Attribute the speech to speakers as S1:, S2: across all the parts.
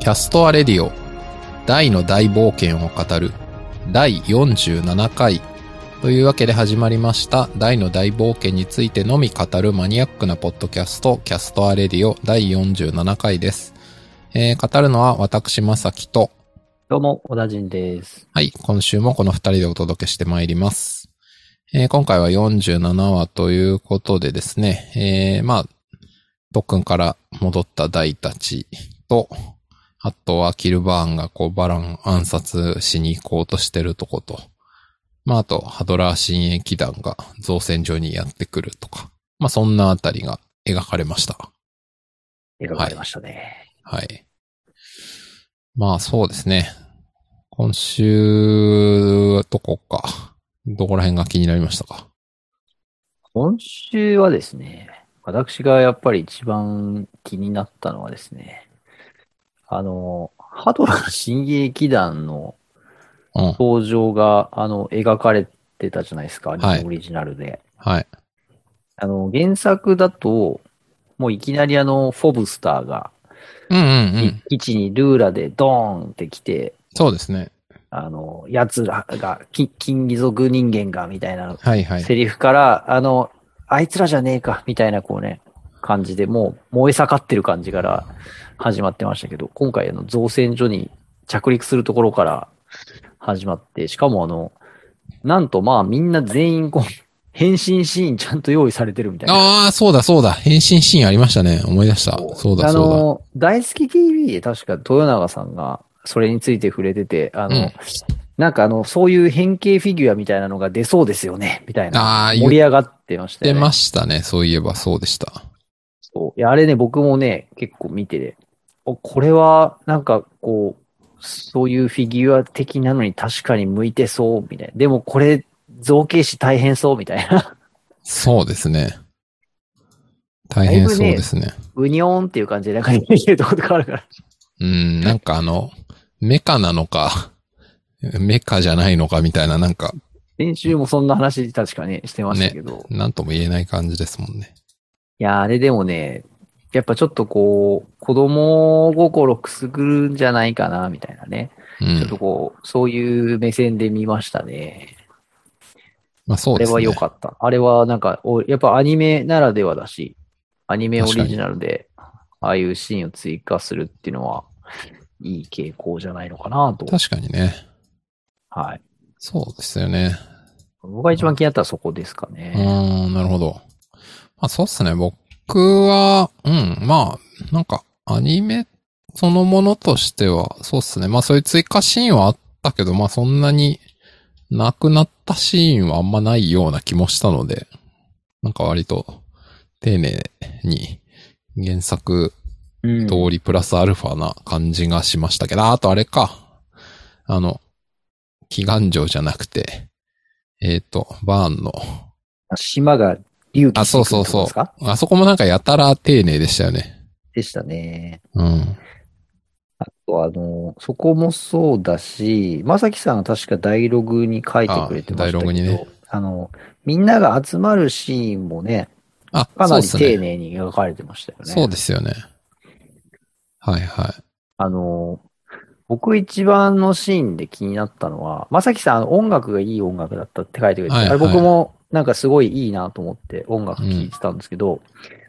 S1: キャストアレディオ大の大冒険を語る第47回というわけで始まりました大の大冒険についてのみ語るマニアックなポッドキャストキャストアレディオ第47回です、えー語るのは私まさきと
S2: どうも、小田人です。
S1: はい、今週もこの二人でお届けしてまいります。えー今回は47話ということでですね、えーまあ、特訓から戻った大たちと、あとはキルバーンがこうバラン暗殺しに行こうとしてるとこと、まああとハドラー新駅団が造船所にやってくるとか、まあそんなあたりが描かれました。
S2: 描かれましたね。
S1: はい。まあそうですね。今週、どこか。どこら辺が気になりましたか
S2: 今週はですね、私がやっぱり一番気になったのはですね、あの、ハドラー新劇団の
S1: うん。
S2: 登場が、あの、描かれてたじゃないですか、アニ
S1: はい
S2: メオリジナルで。
S1: はい。
S2: あの、原作だと、もういきなりあの、フォブスターが、
S1: うんうんうん。
S2: 一置にルーラでドーンって来て、
S1: そうですね。
S2: あの、奴らが、き金義族人間が、みたいな
S1: はいはい。
S2: セリフから、あの、あいつらじゃねえか、みたいなこうね、感じで、もう燃え盛ってる感じから始まってましたけど、今回あの造船所に着陸するところから始まって、しかもあの、なんとまあみんな全員こう、変身シーンちゃんと用意されてるみたいな。
S1: ああ、そうだそうだ。変身シーンありましたね。思い出した。そうだ
S2: あ
S1: そう
S2: の、大好き TV で確か豊永さんがそれについて触れてて、あの、
S1: うん
S2: なんかあの、そういう変形フィギュアみたいなのが出そうですよね、みたい
S1: あ
S2: な。
S1: ー言っ
S2: 盛り上がってまし
S1: だ。
S2: た
S1: 出
S2: よね。
S1: ましたね。そういえばそうでした。
S2: そう。いや、あれね、僕もね、結構見てて、おこれは、なんか、こう、そういうフィギュア的なのに確かに向いてそう、みたいな。でも、これ、造形師大変そう、みたいな。
S1: そうですね。大変そうですね。
S2: うにょーんっていう感じで、なんか出てきてるとことかあるから。
S1: うん、なんかあの、メカなのか、メカじゃないのかみたいな、なんか、
S2: 練習もそんな話、確かね、してましたけど。
S1: なんとも言えない感じですもんね。
S2: いや、あれでもね、やっぱちょっとこう、子供心くすぐるんじゃないかな、みたいなね。
S1: う
S2: ちょっ
S1: ん
S2: と。こう、そういう目線で見ましたね。
S1: まあそう
S2: あ
S1: で
S2: れ
S1: すね。
S2: は良かった。あれはなんか、おやっぱアニメならではだし、アニメオリジナルで、ああいうシーンを追加するっていうのは、いい傾向じゃないのかなと。
S1: 確かにね。
S2: はい。
S1: そうですよね。
S2: 僕が一番気になったらそこですか
S1: う
S2: ね。
S1: ーん、なるほど。まあそうっすね。僕は、うん、まあ、なんか、アニメそのものとしては、そうっすね。まあそういう追加シーンはあったけど、まあそんなになくなったシーンはあんまないような気もしたので、なんか割と丁寧に原作
S2: うん。
S1: 通りプラスアルファな感じがしましたけど、ああとあれか。あの、祈願城じゃなくて、えっ、と、バーンの、
S2: 島が隆起
S1: あ、
S2: して
S1: そ
S2: い
S1: うそう
S2: くってこと
S1: そ
S2: ですか
S1: う。あそこもなんかやたら丁寧でしたよね。
S2: でしたね。
S1: うん。
S2: あと、あの、そこもそうだし、まさきさんが確かダイログに書いてくれてま
S1: あダ
S2: した
S1: イログに
S2: け
S1: ね
S2: ど、あの、みんなが集まるシーンもね、
S1: あ、
S2: か
S1: そ
S2: な
S1: う
S2: り
S1: です
S2: 丁
S1: ね。
S2: 寧に描かれてましたよね。
S1: そうですよね。はいはい。
S2: あの、僕一番のシーンで気になったのは、まさきさん、あの音楽がいい音楽だったって書いてくれて、
S1: はいはい
S2: あれ僕もなんかすごいいいなと思って音楽聴いてたんですけど、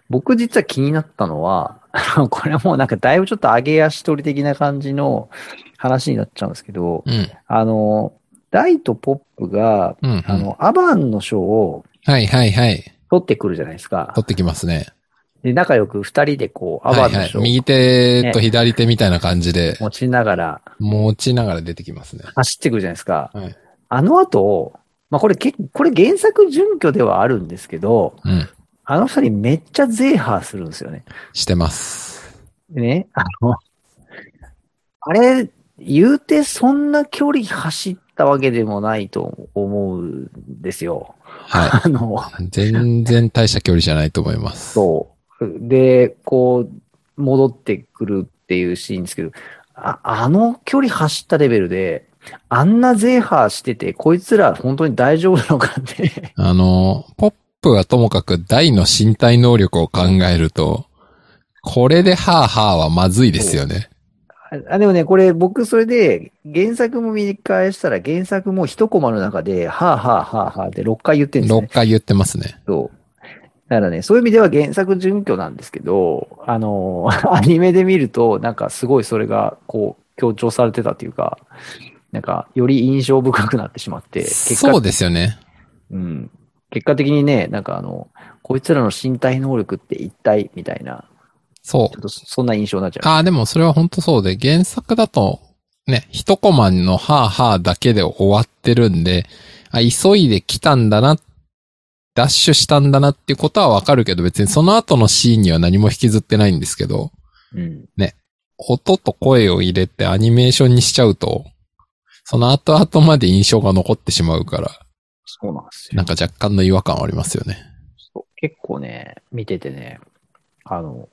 S2: 僕実は気になったのは、 あのこれはもうなんかだいぶちょっと上げ足取り的な感じの話になっちゃうんですけど、
S1: うん。
S2: あの、ダイとポップが、
S1: うん、うん。
S2: あの、アバンの賞を
S1: はいはいはい。
S2: 取ってくるじゃないですか
S1: 取。ってきますね。
S2: で、仲良く二人でこう、ア
S1: は
S2: バ
S1: い
S2: ンの
S1: はい。
S2: 賞を
S1: 右手と左手みたいな感じで、
S2: 持ちながら
S1: 持ちながら出てきますね。
S2: 走ってくるじゃないですか。
S1: はい。
S2: あの後、まあ、これ結これ原作準拠ではあるんですけど、
S1: うん。
S2: あの二人めっちゃゼーハーするんですよね。
S1: してます。
S2: でね、あの、あれ、言うてそんな距離走ったわけでもないと思うんですよ。
S1: はい。
S2: あの、
S1: 全然大した距離じゃないと思います。
S2: そう。で、こう、戻ってくるっていうシーンですけど、ああの距離走ったレベルで、あんなゼーハーしてて、こいつら本当に大丈夫なのかって。
S1: あの、ポップはともかく大の身体能力を考えると、これでハーハーはまずいですよね。
S2: あ、でもね、これ僕それで原作も見返したら原作も一コマの中で、はあはあはあはあって6回言ってるんですね
S1: 6回言ってますね。
S2: そう。だからね、そういう意味では原作準拠なんですけど、あの、 アニメで見ると、なんかすごいそれが、こう、強調されてたというか、なんか、より印象深くなってしまって、結果、
S1: そうですよね。
S2: うん。結果的にね、なんかあの、こいつらの身体能力って一体みたいな、
S1: そう
S2: ちょ。っとそそんな印象になっちゃう。
S1: ああ、でもそれは本当そうで、原作だと、ね、一コマのハーハーだけで終わってるんで、あ、急いで来たんだな、ダッシュしたんだなっていうことはわかるけど、別にその後のシーンには何も引きずってないんですけど、
S2: うん。
S1: 音と声を入れてアニメーションにしちゃうと、その後々まで印象が残ってしまうから、
S2: そうなんですよ
S1: なん。か若干の違和感はありますよね。
S2: そう結構ね、見ててね、あの、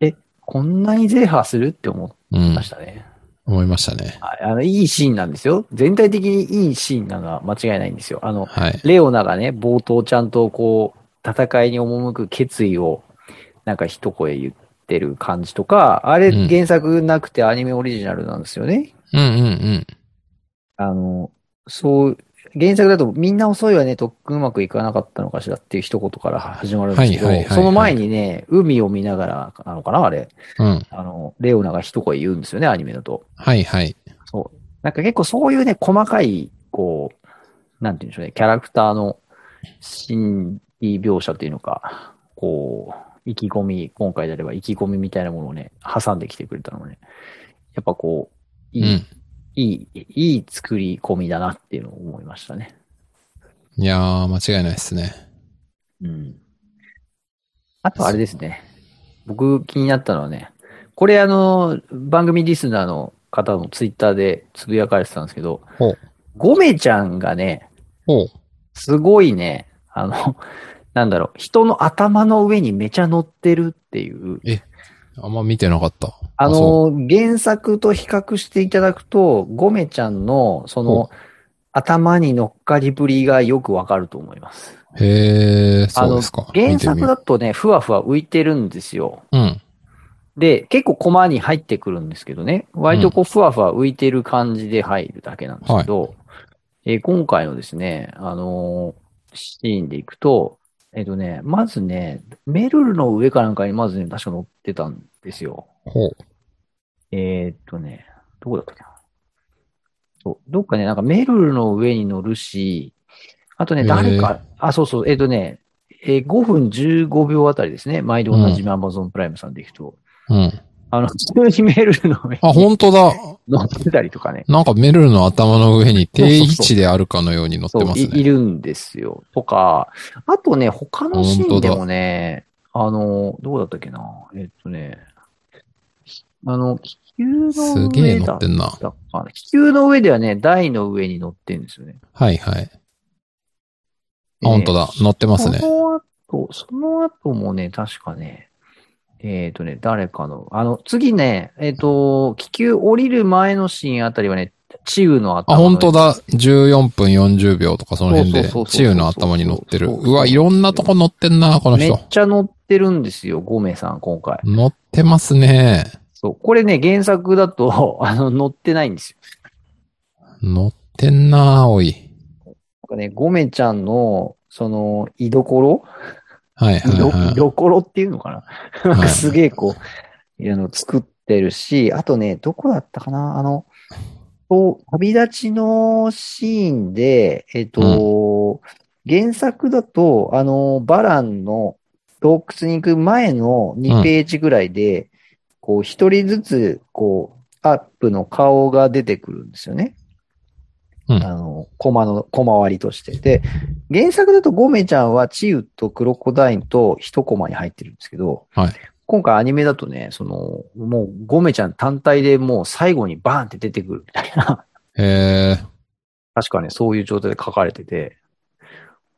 S2: え、こんなにゼーハーするって思いうま
S1: ん
S2: し、たね。
S1: 思いましたね。
S2: はいあの、いいシーンなんですよ。全体的にいいシーンなのは間違いないんですよ。あの、
S1: はい。
S2: レオナがね、冒頭ちゃんとこう、戦いに赴く決意を、なんか一声言ってる感じとか、あれ
S1: うん
S2: 原作なくてアニメオリジナルなんですよね。
S1: うんうんうん。
S2: あの、そう、原作だとみんな遅いわね、とっくんうまくいかなかったのかしらっていう一言から始まるんですけど、
S1: はいはいはいはい
S2: その前にね、海を見ながらなのかな、あれ。
S1: うん。
S2: あの、レオナが一声言うんですよね、アニメだと。
S1: はいはい。
S2: そう。なんか結構そういうね、細かい、こう、なんて言うんでしょうね、キャラクターの心理描写っていうのか、こう、意気込み、今回であれば意気込みみたいなものをね、挟んできてくれたのもね、やっぱこう、
S1: う
S2: いい、
S1: ん。
S2: いい、いい作り込みだなっていうのを思いましたね。
S1: いやー、間違いないですね。
S2: うん。あとあれですね。僕気になったのはね、これあの、番組リスナーの方のツイッターでつぶやかれてたんですけど
S1: ほう、
S2: ゴメちゃんがね、
S1: ほう。
S2: すごいね、あの、なんだろう、人の頭の上にめちゃ乗ってるっていう。
S1: あんま見てなかった。
S2: あ
S1: そう
S2: の、原作と比較していただくと、ゴメちゃんの、そ
S1: ほ
S2: の、頭に乗っかりぶりがよくわかると思います。
S1: へえ、そうですか。
S2: 原
S1: 見てみ
S2: 作
S1: よう
S2: だとね、ふわふわ浮いてるんですよ。
S1: うん。
S2: で、結構コマに入ってくるんですけどね。割とこう、ふわふわ浮いてる感じで入るだけなんですけど、えー今回のですね、あのーシーンでいくと、えっ、とね、まずね、メルルの上かなんかにまずね、確か乗ってたんですよ。
S1: ほう。
S2: えーっとね、どこだったっけな。そう、どっかね、なんかメルルの上に乗るし、あとね、
S1: へー
S2: 誰か、あ、そうそう、えーっとね、えー5分15秒あたりですね。毎度同じみ Amazon プライムさんでいくと。
S1: うん。
S2: あの、普通にメールの上
S1: あ、
S2: に
S1: 本当だ。
S2: 乗ってたりとかね。
S1: なんかメルルの頭の上に定位置であるかのように乗っ
S2: そ
S1: て
S2: う
S1: ま
S2: い、
S1: す
S2: い
S1: ね。
S2: るんですよ。とか、あとね、他のシーンでもね、あの、どうだったっけな。えっとね、あの、気球の
S1: すげえ
S2: 上
S1: 乗
S2: だ
S1: っ
S2: って
S1: んな。
S2: たかな。気球の上ではね、台の上に乗ってんですよね。
S1: はいはい。あ、本当だ。乗ってますね
S2: そ。の後、その後もね、確かね、えっ、とね、誰かの、あの、次ね、えっ、と、気球降りる前のシーンあたりはね、チウの頭
S1: あ、
S2: の上
S1: 本当だ。14分40秒とかその辺
S2: そう
S1: で
S2: そうそう、そう
S1: チウの頭に乗ってる。
S2: そうそうそう
S1: うわ、いろんなとこ乗ってんな、この
S2: めっ
S1: 人。
S2: ちゃ乗ってるんですよ、ゴメさん、今回。
S1: 乗ってますね。
S2: そう。これね、原作だと、 あの、乗ってないんですよ。
S1: 乗ってんな、おい。
S2: なんかね、ゴメちゃんの、その、居所
S1: はい
S2: 居
S1: はい
S2: ど居
S1: は
S2: 所っていうのかな
S1: は
S2: なんか
S1: い
S2: すげえこう、あの、作ってるし、あとね、どこだったかなあの、そう旅立ちのシーンで、えっと、原作だと、あの、バランの洞窟に行く前の2ページぐらいで、こう、一人ずつ、こう、アップの顔が出てくるんですよね。
S1: うん
S2: あの、コマの、コマ割りとして。で、原作だとゴメちゃんはチウとクロコダインと一コマに入ってるんですけど、
S1: はい
S2: 今回アニメだとね、その、もうゴメちゃん単体でもう最後にバーンって出てくるみたいな、
S1: い。へえ。
S2: 確かね、そういう状態で書かれてて、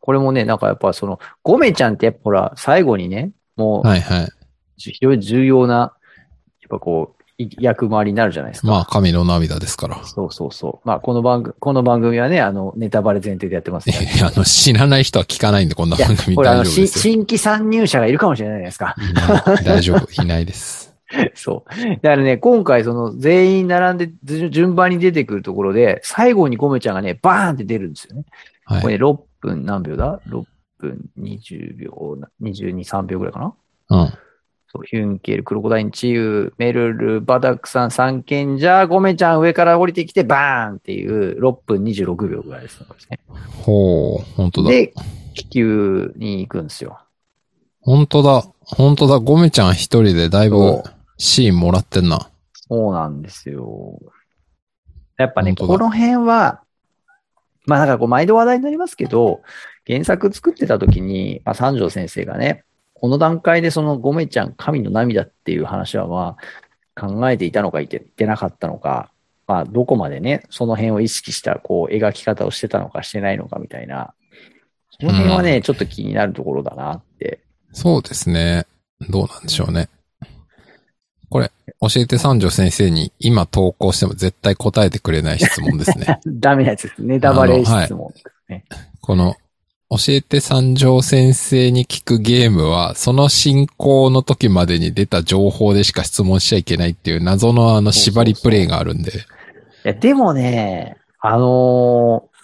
S2: これもね、なんかやっぱその、ゴメちゃんってやっぱほら、最後にね、もう
S1: はいはい。
S2: 非常に重要な、やっぱこう、い役回りになるじゃないですか。
S1: まあ、神の涙ですから。
S2: そうそうそう。まあ、この番組、この番組はね、あの、ネタバレ前提でやってます
S1: い
S2: ね。
S1: やあの、知らない人は聞かないんで、こんない
S2: や
S1: 番組
S2: これあ
S1: 大
S2: の、
S1: 丈夫
S2: し
S1: ですよ。
S2: 新規参入者がいるかもしれないじゃないですか。
S1: いない大丈夫、いないです。
S2: そう。だからね、今回その全員並んでず順番に出てくるところで、最後にゴメちゃんがね、バーンって出るんですよね。
S1: はい
S2: こ。れね6分何秒だ ?6 分20秒な、22、3秒ぐらいかな
S1: うん。
S2: そうヒュンケル、クロコダイン、チユー、メルル、バダクさん、三賢者、ゴメちゃん上から降りてきてバーンっていう6分26秒ぐらいですね。
S1: ほう、本当だ。
S2: で、気球に行くんですよ。
S1: 本当だ。本当だ。ゴメちゃん一人でだいぶ
S2: そ
S1: シーンもらってんな。
S2: そうなんですよ。やっぱね、
S1: 本当だ
S2: この辺は、まあなんかこう毎度話題になりますけど、原作作ってた時に、まあ三条先生がね、この段階でそのごめちゃん神の涙っていう話はまあ考えていたのか言って言ってなかったのか、まあどこまでね、その辺を意識したこう描き方をしてたのかしてないのかみたいな、その辺はね、ちょっと気になるところだなって。
S1: そうですね。どうなんでしょうね。これ、教えて三条先生に今投稿しても絶対答えてくれない質問です ね。
S2: ダメなやつです。ネタバレ質問ですね。
S1: この、教えて三条先生に聞くゲームは、その進行の時までに出た情報でしか質問しちゃいけないっていう謎のあの縛りプレイがあるんで。
S2: いや、でもね、あのー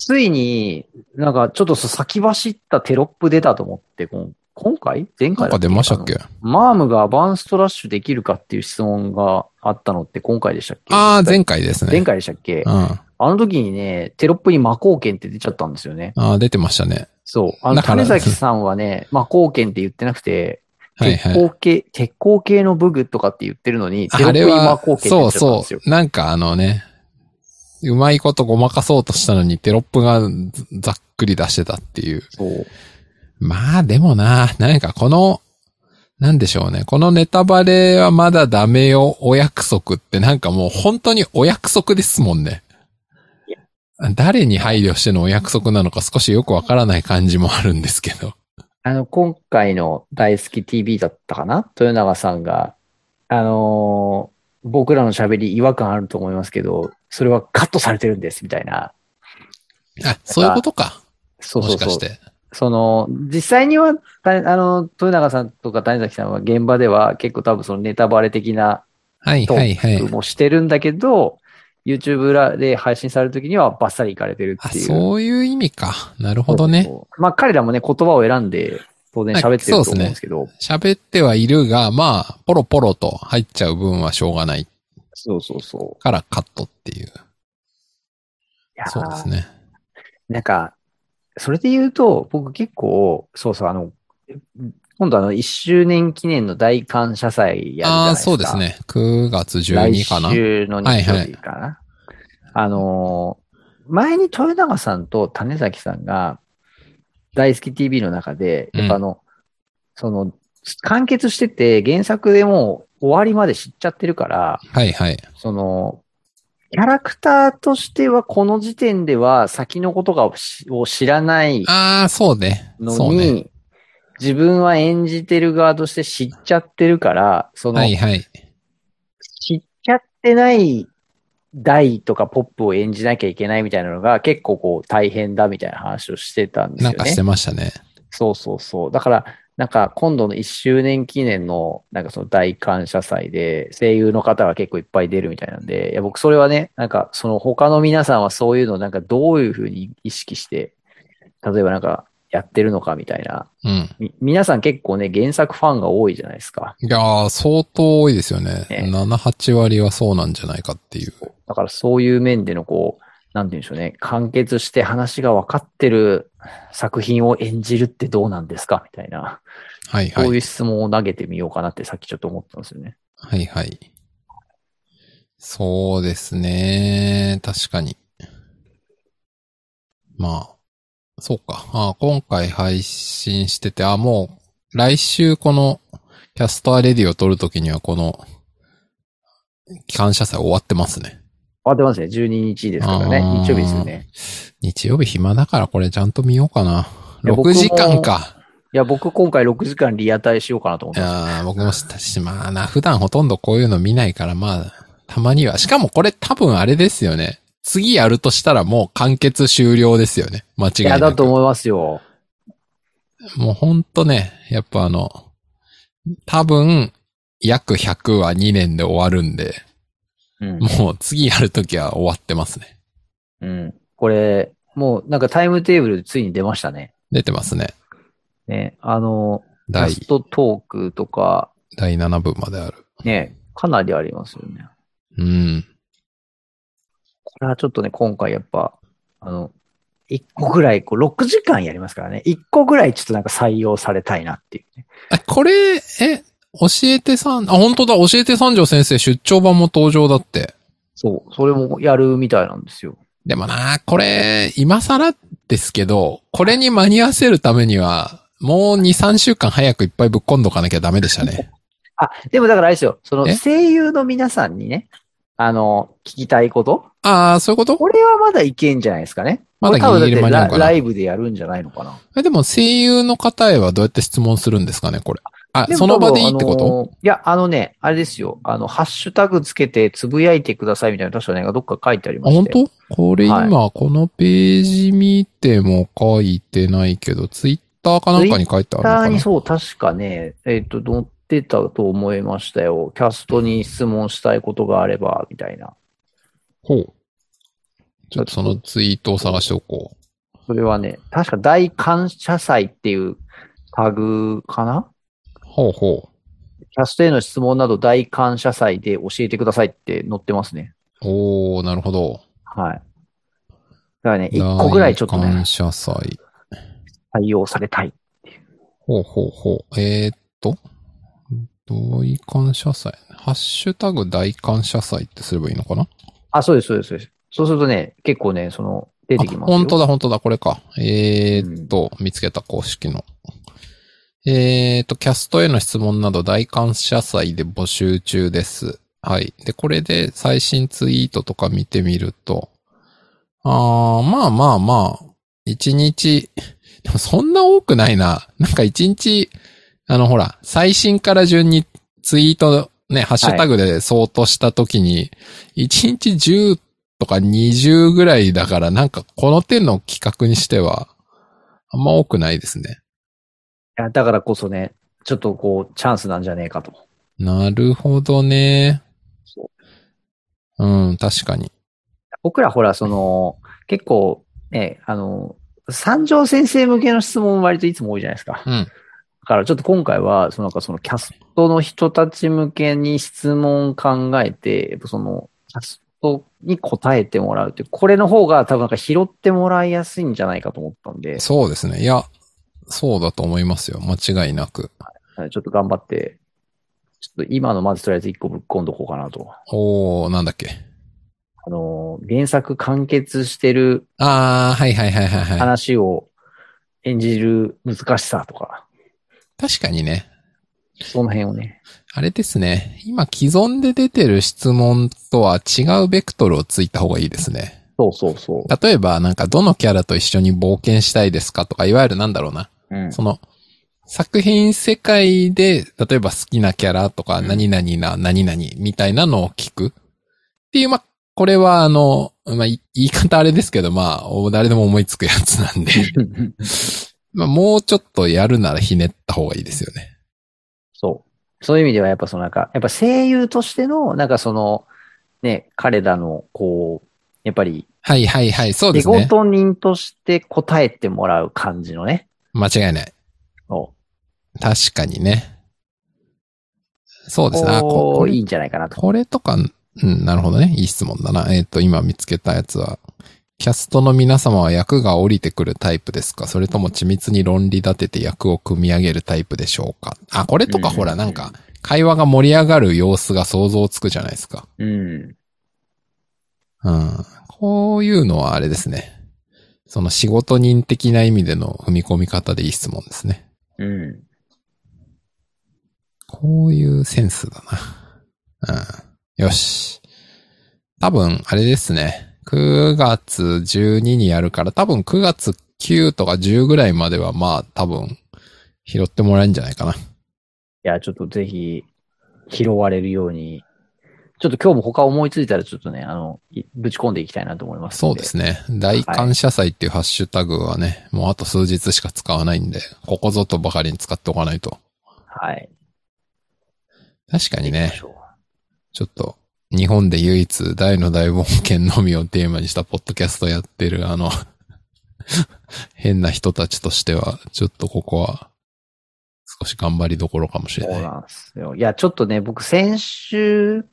S2: ついに、なんかちょっと先走ったテロップ出たと思って、こん今回前
S1: な
S2: 回
S1: ん
S2: だ
S1: か出ましたっけ
S2: あのマームがアバンストラッシュできるかっていう質問があったのって今回でしたっけ
S1: ああ、前回ですね。
S2: 前回でしたっけ
S1: うん。あ
S2: あの時にね、テロップに魔貢献って出ちゃったんですよね。
S1: あー、出てましたね。
S2: そう。あの、
S1: だから
S2: 種崎さんはね、魔貢献って言ってなくて、
S1: はい
S2: 鉄
S1: はい。
S2: 鋼系、鉄鋼系の武具とかって言ってるのに、テロ
S1: あ
S2: ップ
S1: れ
S2: に魔
S1: は
S2: 貢献って、
S1: そ
S2: 言
S1: う
S2: っちゃったん
S1: そ
S2: ですよ。
S1: う。なんかあのね、うまいことごまかそうとしたのにテロップがざざっくり出してたっていう。
S2: そう。
S1: まあでもな、なんかこの、なんでしょうね。このネタバレはまだダメよ、お約束ってなんかもう本当にお約束ですもんね。誰に配慮してのお約束なのか少しよくわからない感じもあるんですけど。
S2: あの、今回の大好き TV だったかな豊永さんが、あのー僕らの喋り違和感あると思いますけど、それはカットされてるんです、みたいな。
S1: あ、そういうことか。
S2: そう
S1: も
S2: そう
S1: し
S2: そ
S1: か
S2: う。
S1: して。
S2: その、実際には、たあの、豊永さんとか谷崎さんは現場では結構多分そのネタバレ的な
S1: はい
S2: ト
S1: はいはい
S2: ーク。もしてるんだけど、YouTube らで配信されるときにはバッサリ行かれてる
S1: あ、
S2: っていう。
S1: そういう意味か。なるほどね。
S2: そうまあ彼らもね、言葉を選んで当然喋ってると思うんですけど、
S1: 喋ってはいるが、まあ、ポロポロと入っちゃう分はしょうがない
S2: そうそうそう。
S1: からカットっていう。
S2: いやー
S1: そうですね。
S2: なんか、それで言うと、僕結構、そうそう、あの、今度あの、1周年記念の大感謝祭やるじゃ
S1: ああ
S2: ない
S1: ー、
S2: ですか。
S1: そうです。ね。9月
S2: 来
S1: 12かな。
S2: 週の日曜日かな。あのー、前に豊永さんと種崎さんが、大好き TV の中で、やっぱあの、その、完結してて、原作でもう終わりまで知っちゃってるから、
S1: はいはい。
S2: その、キャラクターとしてはこの時点では先のことがを知を知らない
S1: ああ、そうね。そ
S2: の
S1: う
S2: に、
S1: ね。
S2: 自分は演じてる側として知っちゃってるから、その、
S1: はいはい。
S2: 知っちゃってない大とかポップを演じなきゃいけないみたいなのが結構こう大変だみたいな話をしてたんです
S1: な
S2: よ
S1: ん
S2: ね。
S1: かしてましたね。
S2: そうそうそう。だから、なんか今度の1周年記念の、なんかその大感謝祭で、声優の方が結構いっぱい出るみたいなんで、いや僕それはね、なんかその他の皆さんはそういうのをなんかどういうふうに意識して、例えばなんかやってるのかみたいな。
S1: うん。
S2: み皆さん結構ね、原作ファンが多いじゃないですか。
S1: いやー、相当多いですよね。
S2: ね
S1: 7、8割はそうなんじゃないかっていう。
S2: だからそういう面でのこう、なんて言うんでしょうね、完結して話が分かってる作品を演じるってどうなんですかみたいな。
S1: はいは
S2: そうい
S1: い。
S2: う質問を投げてみようかなってさっきちょっと思ったんですよね。
S1: はいはい。そうですね。確かに。まあ、そうか。あ今回配信してて、あ、もう、来週この、キャスターレディを撮るときにはこの、感謝祭終わってますね。
S2: あ、出ますね。12日ですからね。
S1: あー
S2: 日曜日ですよね。
S1: 日曜日暇だからこれちゃんと見ようかな。
S2: いや僕
S1: 6
S2: も
S1: 時間か。
S2: いや、僕今回6時間リアタイしようかなと思っ
S1: い
S2: てます。
S1: やー僕もしたし、まあな、普段ほとんどこういうの見ないから、まあ、たまには。しかもこれ多分あれですよね。次やるとしたらもう完結終了ですよね。間違
S2: い
S1: いな
S2: や、
S1: く。
S2: だと思いますよ。
S1: もうほんとね、やっぱあの、多分、約100は2年で終わるんで、
S2: うん。
S1: もう次やるときは終わってますね。
S2: うん。これ、もうなんかタイムテーブルついに出ましたね。
S1: 出てますね。
S2: ね。あの、ラ
S1: 第、
S2: ストトークとか、
S1: 第7部まである。
S2: ね、かなりありますよね。
S1: うん。
S2: これはちょっとね、今回やっぱ、あの、一個ぐらい、こう、6時間やりますからね。一個ぐらいちょっとなんか採用されたいなっていうね。
S1: あこれ、え、教えてさん、あ、本当だ、教えて三条先生出張版も登場だって。
S2: そう。それもやるみたいなんですよ。
S1: でもな、これ、今更ですけど、これに間に合わせるためには、もう2、3週間早くいっぱいぶっ込んどかなきゃダメでした ね。
S2: あ、でもだからあれですよ。その
S1: え
S2: 声優の皆さんにね、あの、聞きたいこと
S1: ああ、そういうこと
S2: これはまだいけんじゃないですかね。
S1: まだギ
S2: これ
S1: リギリ
S2: 多
S1: 間
S2: 分
S1: に合
S2: だ
S1: う
S2: って
S1: か
S2: ラ
S1: な
S2: ラ。イブでやるんじゃないのかな。
S1: えでも声優の方へはどうやって質問するんですかね、これ。あ、
S2: も
S1: その場でいいってこ
S2: 多分
S1: と
S2: あのいや、あのね、あれですよ。あの、ハッシュタグつけてつぶやいてくださいみたいな、確かね、どっか書いてあり
S1: あ、
S2: まし
S1: 本
S2: て。
S1: 当これ今、このページ見ても書いてないけど、ツイッターかなんかに書いてあるの
S2: ター
S1: か
S2: に
S1: な
S2: そう、確かね、えっ、と、載ってたと思いましたよ。キャストに質問したいことがあれば、みたいな。
S1: ほう。ちょっとそのツイートを探しておこう。
S2: それはね、確か大感謝祭っていうタグかな
S1: ほうほ
S2: キャストへの質問など大感謝祭で教えてくださいって載ってますね。
S1: う。おー、なるほど。
S2: はい。だからね、一個ぐらいちょっと
S1: 大
S2: ね
S1: 感、謝祭。
S2: 採用されたい。
S1: ほうほうほう。えー、っと、大感謝祭。ハッシュタグ大感謝祭ってすればいいのかな
S2: あ、そうです、そうです、そうです。そうするとね、結構ね、その、出てきますよ。
S1: 本当だ、本当だ、これか。えー、っと、見つけた公式の。えー、っと、キャストへの質問など大感謝祭で募集中です。はい。で、これで最新ツイートとか見てみると、あー、まあまあまあ、一日、でもそんな多くないな。なんか一日、あの、ほら、最新から順にツイート、ね、ハッシュタグで相当したときに、一日10とか20ぐらいだから、なんかこの手の企画にしては、あんま多くないですね。
S2: いやだからこそね、ちょっとこう、チャンスなんじゃねえかと。
S1: なるほどね。。
S2: そう
S1: うん、確かに。
S2: 僕らほら、その、結構、ね、あの、三条先生向けの質問割といつも多いじゃないですか。
S1: う
S2: だ
S1: ん。
S2: からちょっと今回は、そのなんかそのキャストの人たち向けに質問考えて、やっぱその、キャストに答えてもらうっていう、これの方が多分なんか拾ってもらいやすいんじゃないかと思ったんで、ち
S1: そうですね。いや、そうだと思いますよ。間違いなく。
S2: ょっと頑張って、ちょっと今のまずとりあえず一個ぶっ込んどこうかなと。
S1: おー、なんだっけ。
S2: あの、原作完結してる
S1: あー、はいはいはいはいはい。
S2: 話を演じる難しさとか、
S1: 確かにね。
S2: その辺をね、
S1: あれですね。今既存で出てる質問とは違うベクトルをついた方がいいですね。
S2: そうそうそ
S1: 例えば、なんかどのキャラと一緒に冒険したいですかとか、いわゆるなんだろうな。
S2: う。うん
S1: その、作品世界で、例えば好きなキャラとか、
S2: うん
S1: 何々な、何々みたいなのを聞く。っていう、まあ、これはあの、まあ、い言い方あれですけど、まあ、お誰でも思いつくやつなんで、まあ、もうちょっとやるならひねった方がいいですよね。
S2: そう。そういう意味ではやっぱそのなんか、やっぱ声優としての、なんかその、ね、彼らの、こう、やっぱり、
S1: はいはいはい、そうで
S2: 仕
S1: すね。
S2: 事人として答えてもらう感じのね。
S1: 間違いない。
S2: そ
S1: 確かにね。そう
S2: う
S1: ですね。あこ
S2: こ
S1: こ
S2: う
S1: れ
S2: いいんじゃないかなと。
S1: これとか、うん、なるほどね。いい質問だな。えっ、と、今見つけたやつは、キャストの皆様は役が降りてくるタイプですかそれとも緻密に論理立てて役を組み上げるタイプでしょうかあ、これとか
S2: うん
S1: ほら、なんか、会話が盛り上がる様子が想像つくじゃないですか。
S2: うん。
S1: うん。こういうのはあれですね。その仕事人的な意味での踏み込み方でいい質問ですね。
S2: うん。
S1: こういうセンスだな。うん。よし。多分、あれですね。9月12にやるから、多分9月9とか10ぐらいまでは、まあ、多分、拾ってもらえるんじゃないかな。
S2: いや、ちょっとぜひ、拾われるように、ちょっと今日も他思いついたらちょっとね、あの、いぶち込んでいきたいなと思いますん。
S1: そうですね。大感謝祭っていうハッシュタグはね、もうあと数日しか使わないんで、ここぞとばかりに使っておかないと。
S2: はい。
S1: 確かに
S2: 行きま
S1: ね
S2: し、ょう
S1: ちょっと、日本で唯一大の大冒険のみをテーマにしたポッドキャストやってる、あの、 変な人たちとしては、ちょっとここは、少し頑張りどころかもしれ
S2: そう
S1: ない。
S2: なんですよ。いや、ちょっとね、僕先週、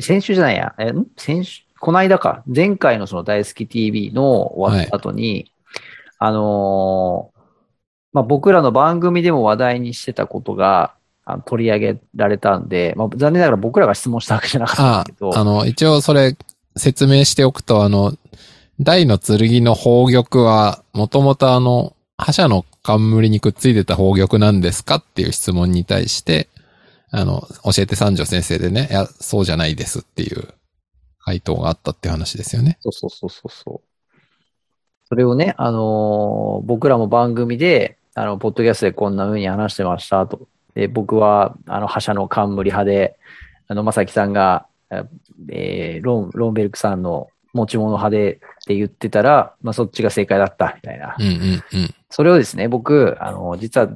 S2: 先週じゃないや、え、ん先週、この間か、前回のその大好き TV の終わった後に、あのーまあ、僕らの番組でも話題にしてたことが、あの取り上げられたんで、まあ、残念ながら僕らが質問したわけじゃなかったん
S1: あ
S2: ですけど、
S1: あの、一応それ、説明しておくと、あの、大の剣の宝玉は、もともとあの、覇者の冠にくっついてた宝玉なんですかっていう質問に対して、あの、教えて三条先生でね、いや、そうじゃないですっていう回答があったっていう話ですよね。
S2: そうそうそうそうそう。それをね、あのー僕らも番組で、あの、ポッドキャストでこんな風に話してましたと。で、僕は、あの、覇者の冠派で、あの、まさきさんが、えーロン、ロンベルクさんの持ち物派でって言ってたら、まあ、そっちが正解だった、みたいな。
S1: うんうんうん。
S2: それをですね、僕、あの、実は、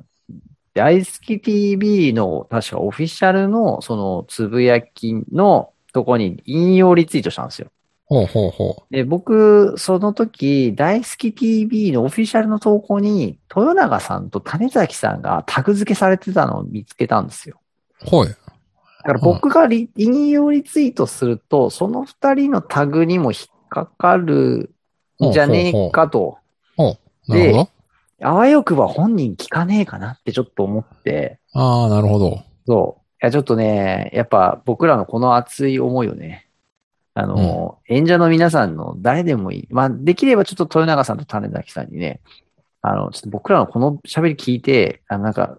S2: 大好き TV の、確かオフィシャルの、その、つぶやきのとこに引用リツイートしたんですよ。
S1: ほうほうほ
S2: で、僕、その時、大好き TV のオフィシャルの投稿に、豊永さんと種崎さんがタグ付けされてたのを見つけたんですよ。
S1: う。ほい。
S2: だから僕がリ引用リツイートすると、その二人のタグにも引っかかるんじゃねえかと、
S1: なるほど。
S2: あわよくば本人聞かねえかなってちょっと思って、
S1: ああ、なるほど。
S2: そう。いや、ちょっとね、やっぱ僕らのこの熱い思いをね、あの、演者の皆さんの誰でもいい。まあ、できればちょっと豊永さんと種崎さんにね、あの、ちょっと僕らのこの喋り聞いて、あの、なんか、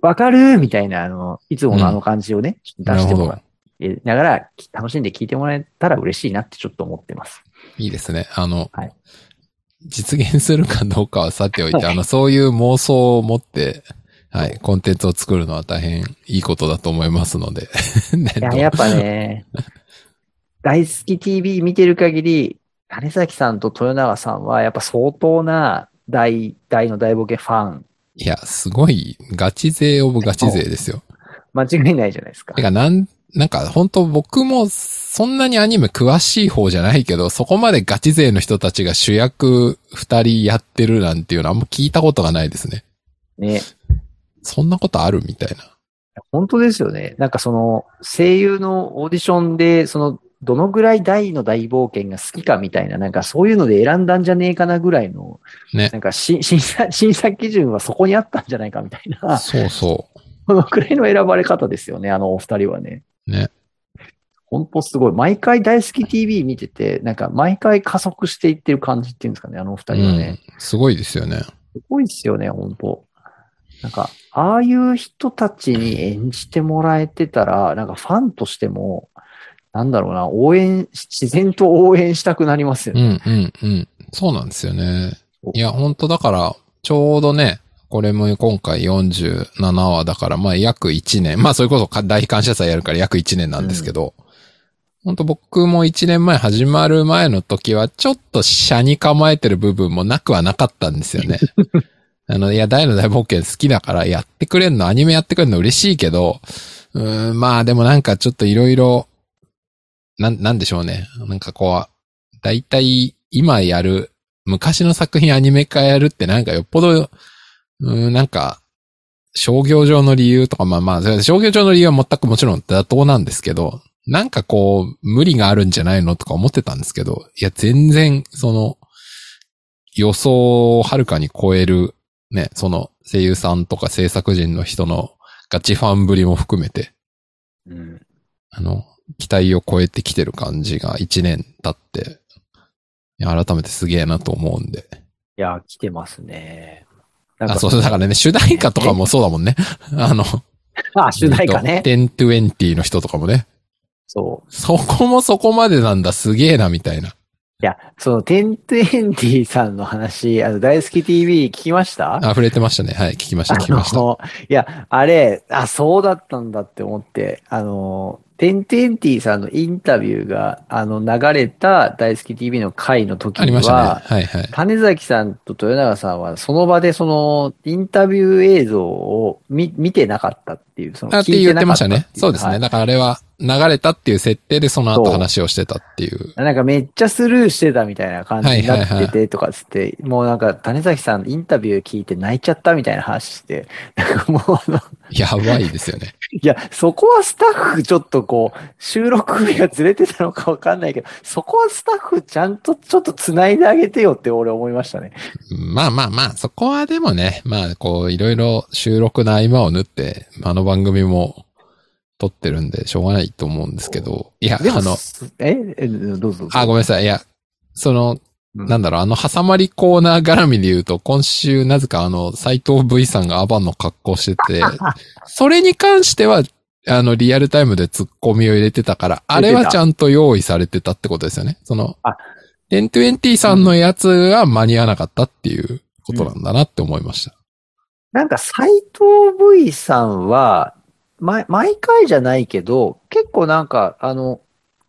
S2: わかるみたいな、あの、いつものあの感じをね、ちょっと出してもらいながら、き楽しんで聞いてもらえたら嬉しいなってちょっと思ってます。
S1: いいですね。あの、
S2: はい
S1: 実現するかどうかはさておいて、
S2: はい
S1: あの、そういう妄想を持って、はい、コンテンツを作るのは大変いいことだと思いますので。 ね
S2: いや、
S1: どう
S2: やっぱね、大好き TV 見てる限り、種崎さんと豊永さんはやっぱ相当な大、大の大冒険ファン。
S1: いや、すごい、ガチ勢オブガチ勢ですよ。
S2: 間違いないじゃないですか
S1: て。か、なん、なんか、本当僕も、そんなにアニメ詳しい方じゃないけど、そこまでガチ勢の人たちが主役二人やってるなんていうのあんま聞いたことがないですね。
S2: ね。
S1: そんなことあるみたいな。
S2: 本当ですよね。なんかその、声優のオーディションで、その、どのぐらい大の大冒険が好きかみたいな、なんかそういうので選んだんじゃねえかなぐらいの、
S1: ね
S2: なんかし 審査、審査基準はそこにあったんじゃないかみたいな、
S1: そうそう。
S2: このくらいの選ばれ方ですよね、あのお二人はね。
S1: ね。
S2: 本当すごい。毎回大好き TV 見てて、なんか毎回加速していってる感じっていうんですかね、あのお二人はね。
S1: うん。すごいですよね。
S2: すごいですよね、本当なんか、ああいう人たちに演じてもらえてたら、なんかファンとしても、なんだろうな、応援、自然と応援したくなりますよ
S1: う
S2: ね。
S1: んうんうん。そうなんですよね
S2: そう。
S1: いや、本当だから、ちょうどね、これも今回47話だから、まあ約1年。まあそれこそか大感謝祭やるから約1年なんですけど、本当僕も1年前始まる前の時は、ちょっと車に構えてる部分もなくはなかったんですよね。あの、いや、大の大冒険好きだから、やってくれんの、アニメやってくれんの嬉しいけど、うーん、まあでもなんかちょっといろいろ、なん、なんでしょうね。なんかこう、大体今やる、昔の作品アニメ化やるってなんかよっぽど、うん、なんか、商業上の理由とか、まあまあ、商業上の理由は全くもちろん妥当なんですけど、なんかこう、無理があるんじゃないのとか思ってたんですけど、いや、全然、その、予想をはるかに超える、ね、その声優さんとか制作人の人のガチファンぶりも含めて、
S2: うん
S1: あの、期待を超えてきてる感じが1年経って、いや改めてすげえなと思うんで。
S2: いや、来てますね。なん
S1: あ、
S2: か
S1: そうそう、だからね、主題歌とかもそうだもんね。あの、
S2: あ、主題歌ね。
S1: 1020の人とかもね。
S2: そう。
S1: そこもそこまでなんだ、すげえな、みたいな。
S2: いや、その、テンテンティさんの話、あの、大好き TV 聞きました
S1: あ、触れてましたね。はい、聞きました、聞きました。
S2: あのいや、あれ、あ、そうだったんだって思って、あの、テンテンティさんのインタビューが、あの、流れた大好き TV の回の時
S1: あり
S2: に
S1: ました
S2: は、
S1: ね。はいはい。
S2: 種崎さんと豊永さんは、その場でその、インタビュー映像を見、見てなかったっていう、その、
S1: あって
S2: 聞い
S1: 言
S2: て
S1: っ
S2: な
S1: て
S2: か
S1: ま
S2: っ
S1: したた
S2: っていう
S1: ね。そうです
S2: は
S1: ね。
S2: い
S1: だからあれは流れたっていう設定でその後
S2: そう
S1: 話をしてたっていう。
S2: なんかめっちゃスルーしてたみたいな感じにな
S1: はい
S2: って
S1: はい
S2: てとかつって、もうなんか種崎さんインタビュー聞いて泣いちゃったみたいな話して、なんかもうあの、
S1: やばいですよね。
S2: いや、そこはスタッフちょっとこう、収録日がずれてたのかわかんないけど、そこはスタッフちゃんとちょっと繋いであげてよって俺思いましたね。
S1: まあまあまあ、そこはでもね、まあこういろいろ収録の合間を縫って、あの番組も撮ってるんでしょうがないと思うんですけど、いや、あ
S2: でも、
S1: の、
S2: すええどうぞどうぞ。
S1: あ、ごめんなさい。いや、その、
S2: うん
S1: なんだろう、あの、挟まりコーナー絡みで言うと、今週、なぜかあの、斎藤 V さんがアバンの格好して て、それに関しては、あの、リアルタイムで突っ込みを入れてたから、あれはちゃんと用意されてたってことですよね。その
S2: あ、
S1: 1020さんのやつは間に合わなかったっていうことなんだなって思いました。
S2: なんか斎藤 V さんは、毎毎回じゃないけど、結構なんか、あの、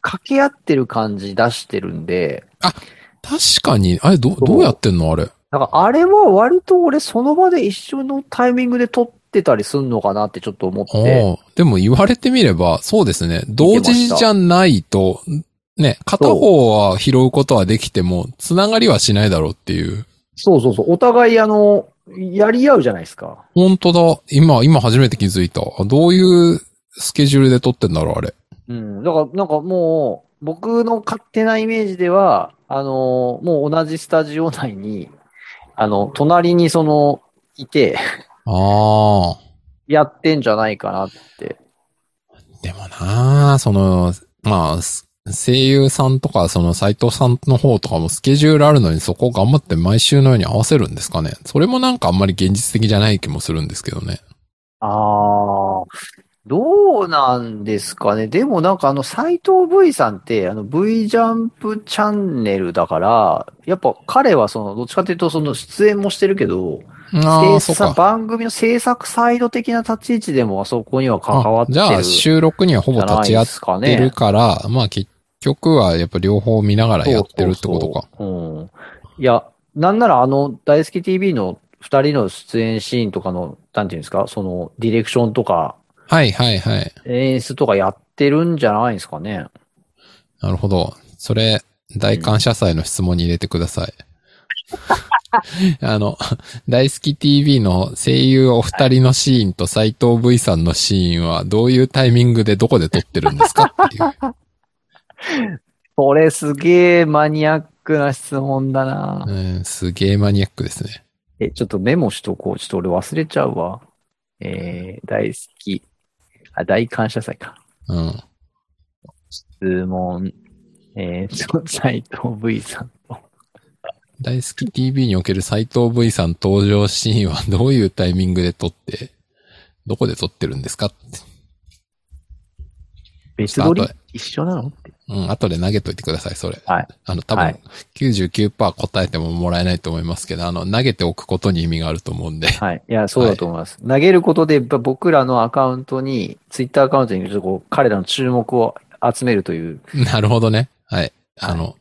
S2: 掛け合ってる感じ出してるんで、
S1: 確かに、あれ、ど、
S2: そう
S1: どうやってんのあれ。
S2: なんかあれは割と俺その場で一緒のタイミングで撮ってたりすんのかなってちょっと思っ
S1: お
S2: て。
S1: ーでも言われてみれば、そうですね。同時じゃないと、ね、片方は拾うことはできても、つながりはしないだろうっていう。
S2: そうそうそう。お互いあの、やり合うじゃないですか。
S1: 本当だ。今、今初めて気づいた。あどういうスケジュールで撮ってんだろう、あれ。
S2: うん。だからなんかもう、僕の勝手なイメージでは、あの、もう同じスタジオ内に、あの、隣にその、いて、
S1: あ
S2: やってんじゃないかなって。
S1: あ。でもなあ、その、まあ、す声優さんとか、その斎藤さんの方とかもスケジュールあるのにそこ頑張って毎週のように合わせるんですかね。それもなんかあんまり現実的じゃない気もするんですけどね。
S2: ああ、どうなんですかね。でもなんかあの、斎藤 V さんって、あの、V ジャンプチャンネルだから、やっぱ彼はその、どっちかというとその、出演もしてるけど、
S1: ああ、そ
S2: 制
S1: うか
S2: 作、。番組の制作サイド的な立ち位置でもあそこには関わってる
S1: あじゃあ、
S2: じ
S1: 収録にはほぼ
S2: ゃな
S1: 立
S2: い
S1: ち会
S2: で
S1: っ
S2: す
S1: て
S2: かね
S1: る。から、まあ結局はやっぱ両方見ながらやってるってことか。
S2: そうそうそううん。いや、なんならあの、大好き TV の二人の出演シーンとかの、なんていうんですか、その、ディレクションとか、
S1: はいはいはい。
S2: 演出とかやってるんじゃないですかね。
S1: なるほど。それ、大感謝祭の質問に入れてくだ さい。あの、大好き TV の声優お二人のシーンと斎藤 V さんのシーンはどういうタイミングでどこで撮ってるんですかっていう。
S2: それすげえマニアックな質問だな。
S1: うん、すげえマニアックですね。
S2: え、ちょっとメモしとこう。ちょっと俺忘れちゃうわ。えー、大好き。あ、大感謝祭か。
S1: うん。
S2: 質問。えー、と、斎藤 V さんと。
S1: 大好き TV における斎藤 V さん登場シーンはどういうタイミングで撮って、どこで撮ってるんですかって。
S2: 別撮り
S1: ちょっと
S2: 一緒なのって。
S1: うん、後で投げといてください、それ。
S2: はい。
S1: あの、多
S2: は
S1: 分
S2: い
S1: 99、答えてももらえないと思いますけど、あの、投げておくことに意味があると思う んで。
S2: はい。いや、そうだと思います。投げることで、ば僕らのアカウントに、ツイッターアカウントに、ちょっとこう、彼らの注目を集めるという、
S1: なるほどね。はい。あの、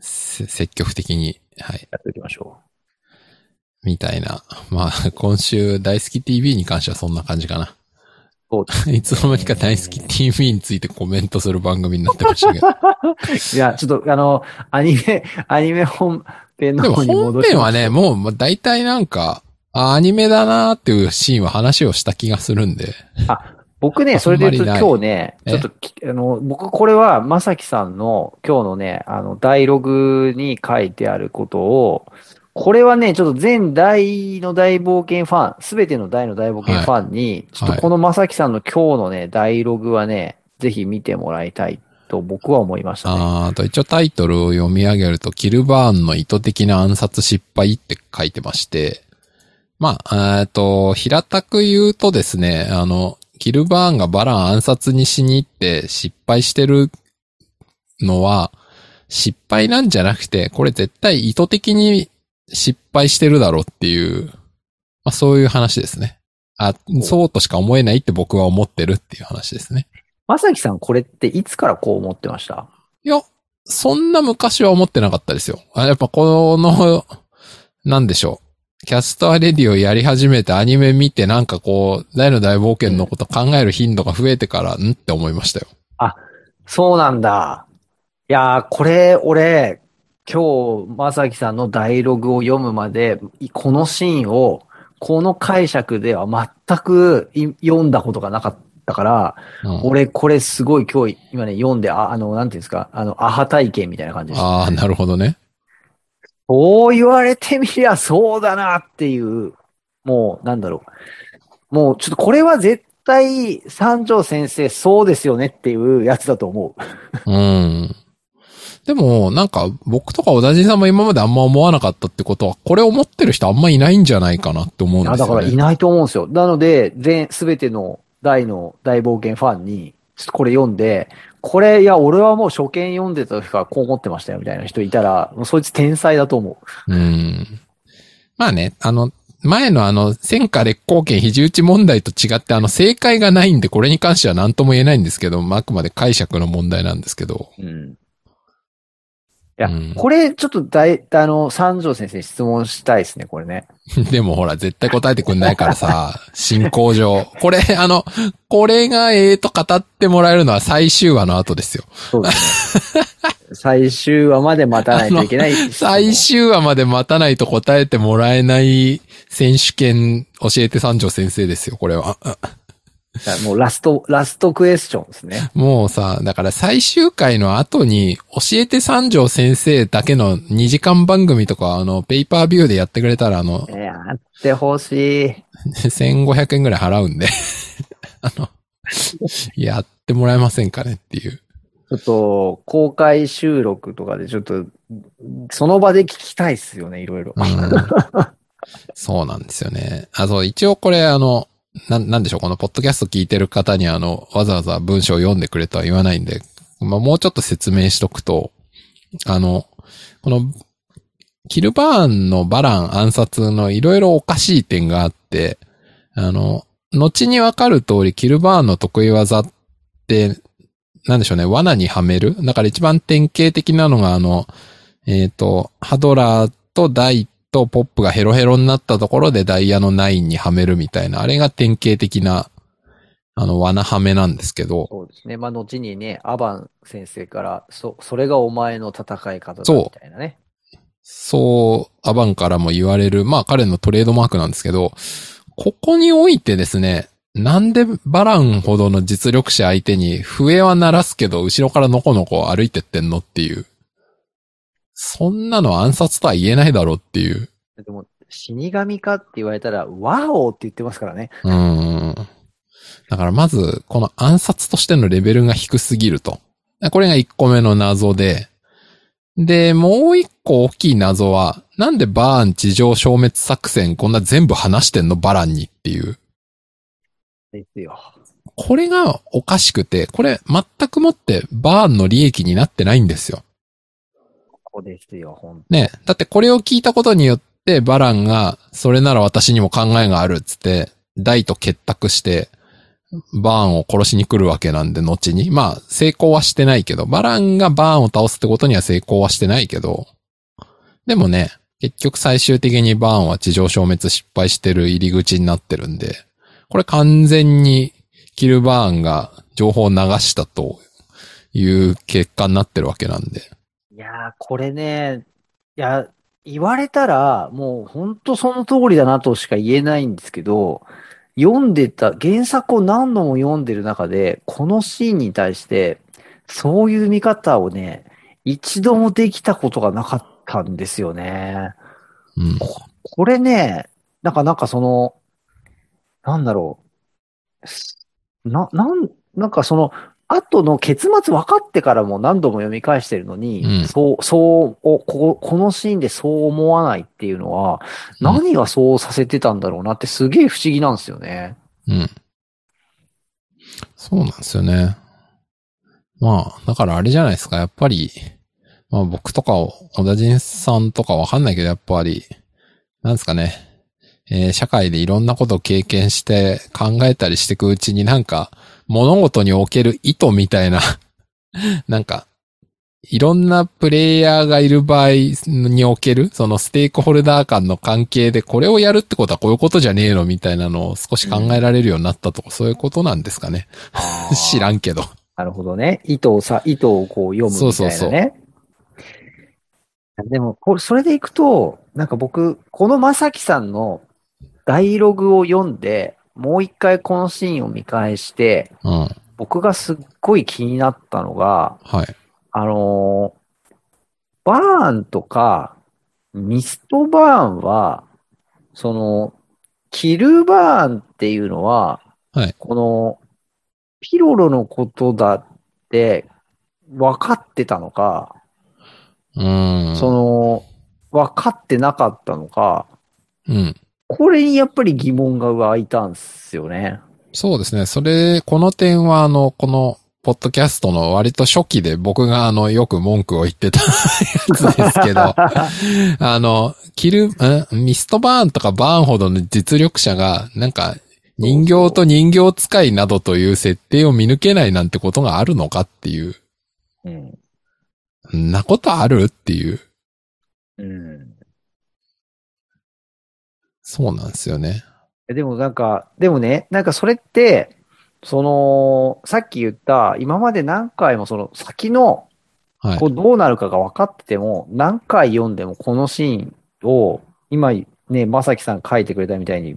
S1: せ積極的に、はい、
S2: やっておきましょ
S1: みたいな。まあ、今週、大好き TV に関してはそんな感じかな。
S2: そう
S1: いつの間にか大好き TV についてコメントする番組になってましたけど。
S2: う。いや、ちょっと、あの、アニメ、アニメ本編の
S1: でも
S2: 方に戻
S1: 本
S2: し
S1: 編
S2: ま
S1: は
S2: す
S1: ね、もうまあ大体なんか、あアニメだなーっていうシーンは話をした気がするんで。
S2: 僕ね、それで言う
S1: あんまりな
S2: と
S1: い
S2: 今日ね、
S1: え
S2: ちょっとき、あの、僕これは、まさきさんの今日のね、あの、ダイログに書いてあることを、これはね、ちょっと全大の大冒険ファン、すべての大の大冒険ファンに、ちょっとこのまさきさんの今日のね、ダイログはね、ぜひ見てもらいたいと僕は思いましたね。
S1: あーあと一応タイトルを読み上げると、キルバーンの意図的な暗殺失敗って書いてまして、まあ、えっと、平たく言うとですね、あの、キルバーンがバラン暗殺にしに行って失敗してるのは、失敗なんじゃなくて、これ絶対意図的に失敗してるだろうっていう、まあそういう話ですね。あ、そうとしか思えないって僕は思ってるっていう話ですね。
S2: まさきさん、これっていつからこう思ってました
S1: いや、そんな昔は思ってなかったですよ。あやっぱこの、 なんでしょう。キャスターレディをやり始めてアニメ見てなんかこう、大の大冒険のこと考える頻度が増えてから、んって思いましたよ。
S2: そうなんだ。いやー、これ、俺、今日、まさきさんのダイログを読むまで、いこのシーンを、この解釈では全くい読んだことがなかったから、
S1: うん、
S2: 俺、これすごい今日、今ね、読んで、あ、あの、なんていうんですか、あの、アハ体験みたいな感じでした。
S1: ああ、なるほどね。
S2: そう言われてみりゃそうだなっていう、もう、なんだろう。もう、ちょっとこれは絶対、三条先生、そうですよねっていうやつだと思う。
S1: うん。でも、なんか、僕とか小田人さんも今まであんま思わなかったってことは、これ思ってる人あんまいないんじゃないかなって思うん
S2: あ
S1: です
S2: だ
S1: よ、ね。
S2: からいないと思うんですよ。なので、全、すべての大の大冒険ファンに、ちょっとこれ読んで、これ、いや、俺はもう初見読んでた時からこう思ってましたよ、みたいな人いたら、もうそいつ天才だと思う。
S1: うん。まあね、あの、前のあの、戦火烈光剣肘打ち問題と違って、あの、正解がないんで、これに関しては何とも言えないんですけど、まあ、あくまで解釈の問題なんですけど。
S2: うん。いうや、
S1: ん、
S2: これ、ちょっと大、あの、三条先生に質問したいですね、これね。
S1: でもほら、絶対答えてくんないからさ、進行上。これ、あの、これがええと語ってもらえるのは最終話の後ですよ。
S2: そうですね。最終話まで待たないといけない。
S1: 最終話まで待たないと答えてもらえない選手権教えて三条先生ですよ、これは。
S2: もうラスト、ラストクエスチョンです ね。
S1: もうさ、だから最終回の後に、教えて三条先生だけの2時間番組とか、あの、ペーパービューでやってくれたら、あの、
S2: やってほしい。
S1: 1500円ぐらい払うんで、 あの、やってもらえませんかねっていう。
S2: ちょっと、公開収録とかで、ちょっと、その場で聞きたいっすよね、いろいろ。
S1: うんそうなんですよね。あ、そう、一応これ、あの、なん、なんでしょう、このポッドキャスト聞いてる方に、あの、わざわざ文章を読んでくれとは言わないんで、まあ、もうちょっと説明しとくと、あの、この、キルバーンのバラン暗殺のいろいろおかしい点があって、あの、後にわかる通り、キルバーンの得意技って、なんでしょうね、罠にはめるだから一番典型的なのが、あの、えっ、と、ハドラーとダイとポップがヘロヘロになったところでダイヤのナインにはめるみたいな、あれが典型的な、あの、罠はめなんですけど、
S2: そうですね。まあ、後にね、アバン先生から、そ、それがお前の戦い方だ
S1: そう
S2: みたいなね。
S1: そう、アバンからも言われる、まあ彼のトレードマークなんですけど、ここにおいてですね、なんでバランほどの実力者相手に笛は鳴らすけど、後ろからのこのこ歩いてってんのっていう。そんなの暗殺とは言えないだろうっていう。
S2: でも、死神かって言われたら、ワオって言ってますからね。
S1: うーん。だからまず、この暗殺としてのレベルが低すぎると。これが1個目の謎で。で、もう1個大きい謎は、なんでバーン地上消滅作戦こんな全部話してんのバランにっていう。
S2: ですよ。
S1: これがおかしくて、これ全くもってバーンの利益になってないんですよ。
S2: ここですよ、ほんと
S1: ねだってこれを聞いたことによって、バランが、それなら私にも考えがあるっつって、ダイと結託して、バーンを殺しに来るわけなんで、後に。まあ、成功はしてないけど、バランがバーンを倒すってことには成功はしてないけど、でもね、結局最終的にバーンは地上消滅失敗してる入り口になってるんで、これ完全にキルバーンが情報を流したという結果になってるわけなんで。
S2: いやー、これね、いや、言われたら、もう本当その通りだなとしか言えないんですけど、読んでた、原作を何度も読んでる中で、このシーンに対して、そういう見方をね、一度もできたことがなかったんですよね。
S1: うん。
S2: これね、なんか、なんかその、なんだろう。すな、なん、なんかその、後の結末分かってからも何度も読み返してるのに、
S1: うん
S2: そう、そうおこ、このシーンでそう思わないっていうのは、
S1: うん
S2: 何がそうさせてたんだろうなってすげえ不思議なんですよね。
S1: うん。そうなんですよね。まあ、だからあれじゃないですか、やっぱり、まあ僕とかを、小田人さんとかわかんないけど、やっぱり、なんですかね、えー社会でいろんなことを経験して考えたりしていくうちになんか、物事における意図みたいな、 なんか、いろんなプレイヤーがいる場合における、そのステークホルダー間の関係で、これをやるってことはこういうことじゃねえのみたいなのを少し考えられるようになったとか、そういうことなんですかね。 知らんけど。
S2: なるほどね。意図をさ、意図をこう読むみたいなね。
S1: そうそうそう
S2: でも、これそれでいくと、なんか僕、このまさきさんのダイログを読んで、もう一回このシーンを見返して、
S1: うん。はい。
S2: 僕がすっごい気になったのが、あのーバーンとか、ミストバーンは、その、キルバーンっていうのは、
S1: はい
S2: この、ピロロのことだって分かってたのか、
S1: うん。
S2: その、分かってなかったのか、
S1: うん。
S2: これにやっぱり疑問が湧いたんすよね。
S1: そうですね。それ、この点は、あの、この、ポッドキャストの割と初期で僕があの、よく文句を言ってた やつですけ ど、あの、キル、んミストバーンとかバーンほどの実力者が、なんか、人形と人形使いなどという設定を見抜けないなんてことがあるのかっていう、
S2: うん。
S1: んなことあるっていう、
S2: うん。
S1: そうなんですよね。
S2: えでもなんか、でもね、なんかそれって、その、さっき言った、今まで何回もその先の、
S1: はい
S2: こ。うどうなるかが分かってても、何回読んでもこのシーンを、今ね、まさきさん書いてくれたみたいに、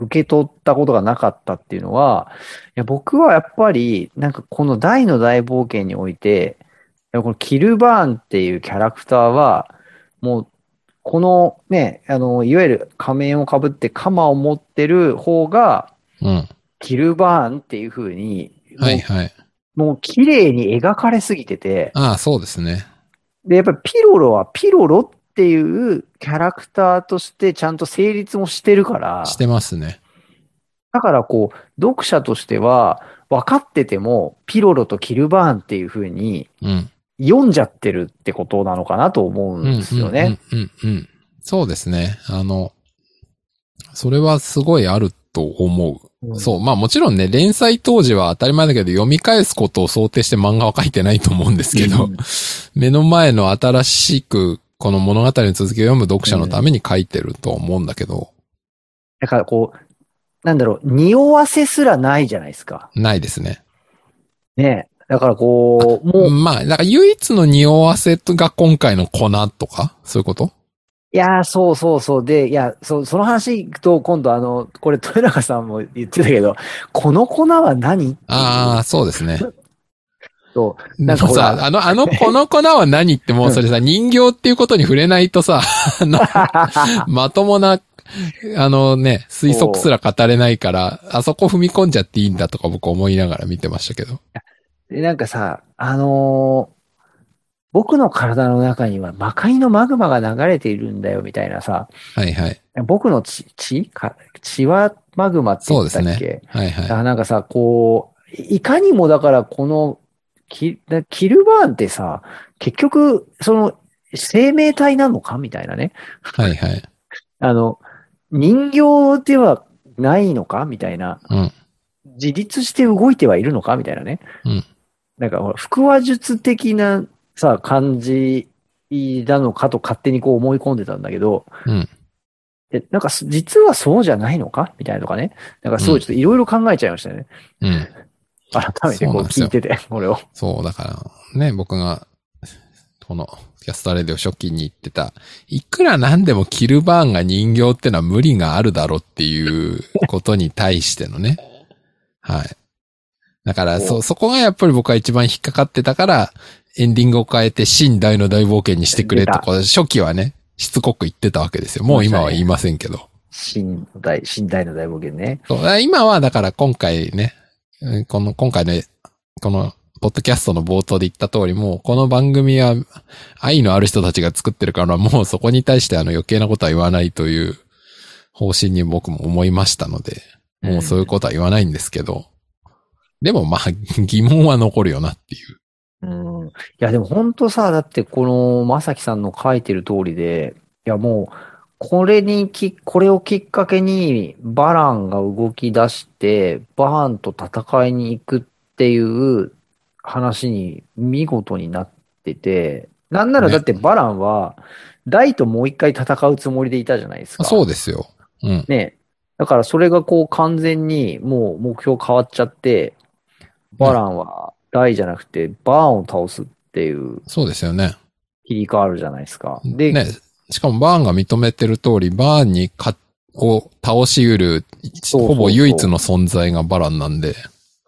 S2: 受け取ったことがなかったっていうのは、いや僕はやっぱり、なんかこの大の大冒険において、いやこのキルバーンっていうキャラクターは、もう、このね、あの、いわゆる仮面をかぶって鎌を持ってる方が、
S1: うん。
S2: キルバーンっていう風に、もう
S1: はいはい。
S2: もう綺麗に描かれすぎてて、
S1: ああ、そうですね。
S2: で、やっぱりピロロはピロロっていうキャラクターとしてちゃんと成立もしてるから、
S1: してますね。
S2: だからこう、読者としては分かってても、ピロロとキルバーンっていう風に
S1: うん。
S2: 読んじゃってるってことなのかなと思うんですよね。
S1: うんうんうんうん。そうですね。あの、それはすごいあると思う。そう。まあもちろんね、連載当時は当たり前だけど、読み返すことを想定して漫画は書いてないと思うんですけど、
S2: うん
S1: 目の前の新しく、この物語の続きを読む読者のために書いてると思うんだけど、
S2: だからこう、なんだろう、匂わせすらないじゃないですか。
S1: ないですね。
S2: ねえ。だからこう、もう、い
S1: まあ、だから唯一の匂わせが今回の粉とか、そういうこと
S2: やー、そうそうそう。で、いや、そその話行くと、今度あの、これ、豊中さんも言ってたけど、この粉は何
S1: ああ、そうですね。
S2: と、
S1: な
S2: なんん
S1: か
S2: かほら
S1: さ、あの、あの、この粉は何ってもうそれさ、人形っていうことに触れないと さ、あの、まともな、あのね、推測すら語れないから、あそこ踏み込んじゃっていいんだとか僕思いながら見てましたけど。
S2: で、なんかさ、あのー僕の体の中には魔界のマグマが流れているんだよ、みたいなさ、
S1: はいはい。
S2: 僕の血、血か血はマグマって言った
S1: そ
S2: っけ
S1: うですはいは
S2: あなんかさ、こう、いいかにもだからこの、キだキルバーンってさ、結局、その、生命体なのかみたいなね。
S1: い。はいはい。
S2: あの、人形ではないのかみたいな。
S1: うん
S2: 自立して動いてはいるのかみたいなね。
S1: うん
S2: なんかほら、腹話術的なさ、感じなのかと勝手にこう思い込んでたんだけど、
S1: うん
S2: でなんかす、実はそうじゃないのかみたいなとかね。なんか、すごいちょっといろいろ考えちゃいましたね。
S1: うん。
S2: 改めてこう聞いてて、これを。
S1: そう、だから、ね、僕が、この、キャスターレディオ初期に言ってた、いくらなんでもキルバーンが人形ってのは無理があるだろうっていうことに対しての ね。はい。だから、そ、そこがやっぱり僕は一番引っかかってたから、エンディングを変えて、新大の大冒険にしてくれと
S2: 出た
S1: こう初期はね、しつこく言ってたわけですよ。もう今は言いませんけど。
S2: 新大、新大の大冒険ね。
S1: そう、だから今はだから今回ね、うんこの、今回ね、この、ポッドキャストの冒頭で言った通り、もうこの番組は愛のある人たちが作ってるから、もうそこに対してあの余計なことは言わないという方針に僕も思いましたので、もうそういうことは言わないんですけど、でもまあ疑問は残るよなっていう。
S2: うん。いや、でも本当さ、だってこの、まさきさんの書いてる通りで、いや、もう、これにき、これをきっかけに、バランが動き出して、バーンと戦いに行くっていう話に見事になってて、なんなら
S1: ね
S2: だってバランは、ダイともう一回戦うつもりでいたじゃないですか。
S1: あそうですよ。うん。
S2: ね。だからそれがこう完全にもう目標変わっちゃって、バランはダイじゃなくてバーンを倒すっていう
S1: そうですよね。
S2: 切り替わるじゃないですか。で、
S1: ね。しかもバーンが認めてる通り、バーンにか、を倒し得る、
S2: そうそうそう
S1: ほぼ唯一の存在がバランなんで、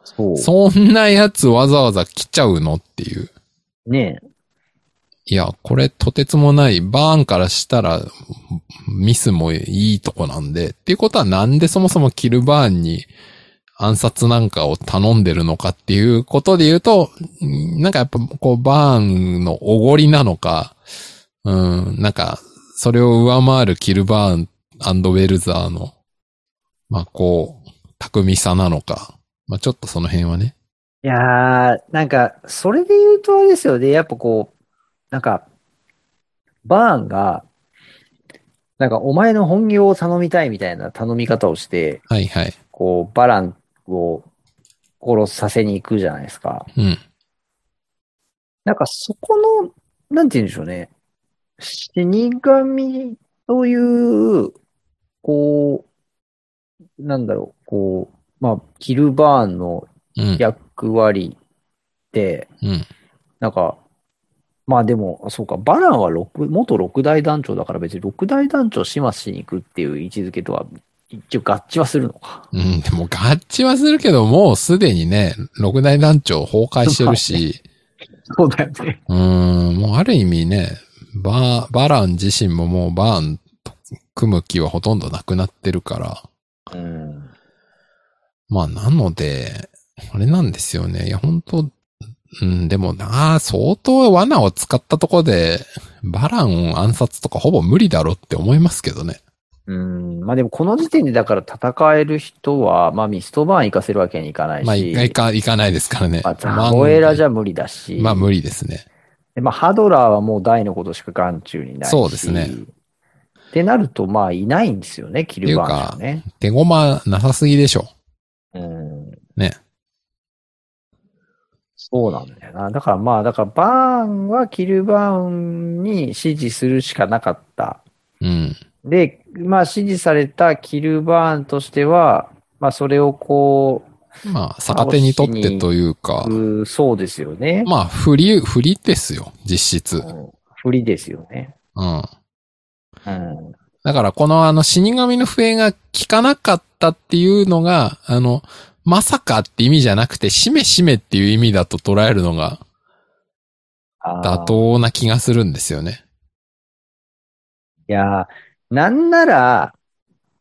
S2: そう。
S1: そんなやつわざわざ来ちゃうのっていう。
S2: ね。
S1: いや、これとてつもない、バーンからしたら、ミスもいいとこなんで、っていうことはなんでそもそもキルバーンに暗殺なんかを頼んでるのかっていうことで言うと、うんなんかやっぱこうバーンのおごりなのか、うん、なんか、それを上回るキルバーンウェルザーの、まあこう、巧みさなのか、まあちょっとその辺はね、
S2: いやー、なんか、それで言うとあれですよね。やっぱこう、なんか、バーンが、なんかお前の本業を頼みたいみたいな頼み方をして、
S1: はいはい、
S2: こう、バランを殺させに行くじゃないですか。
S1: うん、
S2: なんかそこの、なんて言うんでしょうね。死神という、こう、なんだろう、こう、まあ、キルバーンの
S1: うん、
S2: 役割って、
S1: うん、
S2: なんか、まあでも、そうか、バランは六元六大団長だから別に六大団長始末しに行くっていう位置づけとは、一応合致はするのか。
S1: うん、でも合致はするけど、もうすでにね、六大団長崩壊してるし、
S2: そうだよね。
S1: うーん、もうある意味ね、バー、バラン自身ももうバーンと組む気はほとんどなくなってるから、
S2: うん。
S1: まあなので、あれなんですよね。いや、本当うん、でもな、相当罠を使ったとこで、バラン暗殺とかほぼ無理だろって思いますけどね。
S2: うん。まあでもこの時点でだから戦える人は、まあミストバーン行かせるわけにいかないし、
S1: まあ、いか、いかいかないですからね。
S2: まあザゴエラじゃ無理だし、
S1: まあ無理ですね。
S2: でまあハドラーはもう大のことしか眼中にないし、
S1: そうですね
S2: ってなると、まあいないんですよね、キルバーンはね。
S1: 手駒なさすぎでしょ。
S2: うん。
S1: ね。
S2: そうなんだよな。だからまあ、だからバーンはキルバーンに支持するしかなかった。
S1: うん。
S2: で、まあ支持されたキルバーンとしては、まあそれをこ
S1: まあ、逆手にとってというか、
S2: う、うそうですよね。
S1: まあ、振り、振りですよ、実質。う
S2: うん不利ですよね。
S1: ん。
S2: うん。
S1: だから、このあの、死神の笛が効かなかったっていうのが、あの、まさかって意味じゃなくて、しめしめっていう意味だと捉えるのが
S2: あー
S1: 妥当な気がするんですよね。
S2: いやー、なんなら、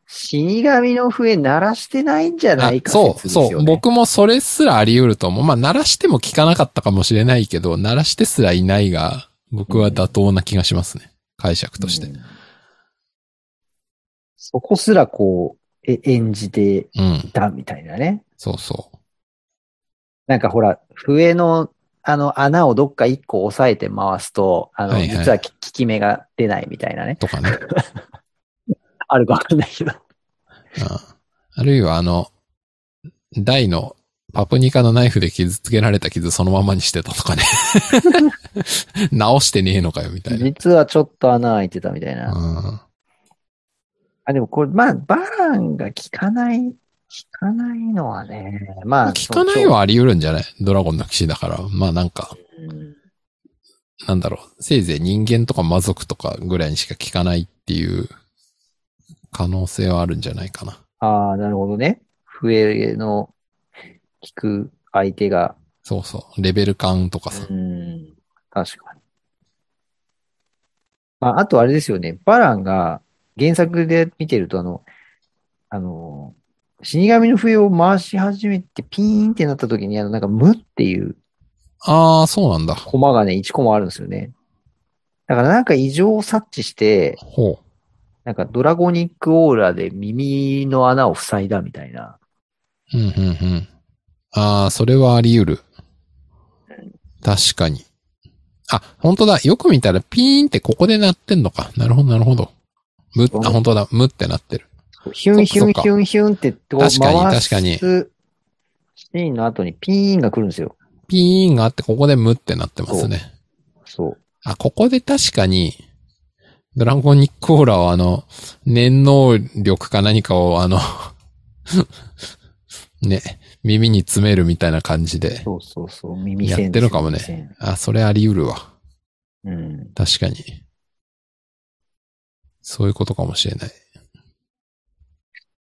S2: 死神の笛鳴らしてないんじゃないか
S1: そう、
S2: 説です
S1: そ
S2: よ
S1: う。
S2: ね。
S1: 僕もそれすらあり得ると思う。まあ、鳴らしても効かなかったかもしれないけど、鳴らしてすらいないが、僕は妥当な気がしますね。解釈として。
S2: うんそこすらこう、え、演じて
S1: うん。
S2: たみたいなね。
S1: そうそう。
S2: なんかほら、笛の、あの、穴をどっか一個押さえて回すと、あの、
S1: はいはい
S2: 実はき効き目が出ないみたいなね。
S1: とかね。
S2: あるかわかんないけど。
S1: うんあるいはあの、大のパプニカのナイフで傷つけられた傷そのままにしてたとかね。 直してねえのかよ、みたいな。
S2: 実はちょっと穴開いてたみたいな。
S1: うん
S2: あ、でもこれ、まあ、バランが効かない、効かないのはね、まあ、
S1: 聞かないはあり得るんじゃないドラゴンの騎士だから。まあなんか、
S2: うん
S1: なんだろう。せいぜい人間とか魔族とかぐらいにしか聞かないっていう可能性はあるんじゃないかな。
S2: ああ、なるほどね。笛の聞く相手が、
S1: そうそう。レベル感とかさ。
S2: うん、確かに。まあ、あとあれですよね。バランが原作で見てると、あの、あの、死神の笛を回し始めてピーンってなった時に、あの、なんか無っていう
S1: ああ、そうなんだ。
S2: コマがね、1コマあるんですよね。だからなんか異常を察知して、
S1: ほ
S2: なんかドラゴニックオーラで耳の穴を塞いだみたいな。
S1: う。うん、うん、うん。ああ、それはあり得る。確かに。あ、本当だ。よく見たらピーンってここで鳴ってんのか。なるほど、なるほど。む、あ、本当だ、むってなってる。
S2: ヒュンヒュンヒュンヒュンってこう回す。
S1: 確かに確かに
S2: シーンの後にピーンが来るんですよ。
S1: ピーンがあって、ここでむってなってますね。
S2: そう。
S1: あ、ここで確かに、ドラゴニックオーラはあの、念能力か何かをあの、 ね、耳に詰めるみたいな感じで。
S2: そうそうそう。耳
S1: や
S2: 栓
S1: ってるかもね
S2: です耳
S1: あ、それあり得るわ。
S2: 栓うん。
S1: 確かに。そういうことかもしれない。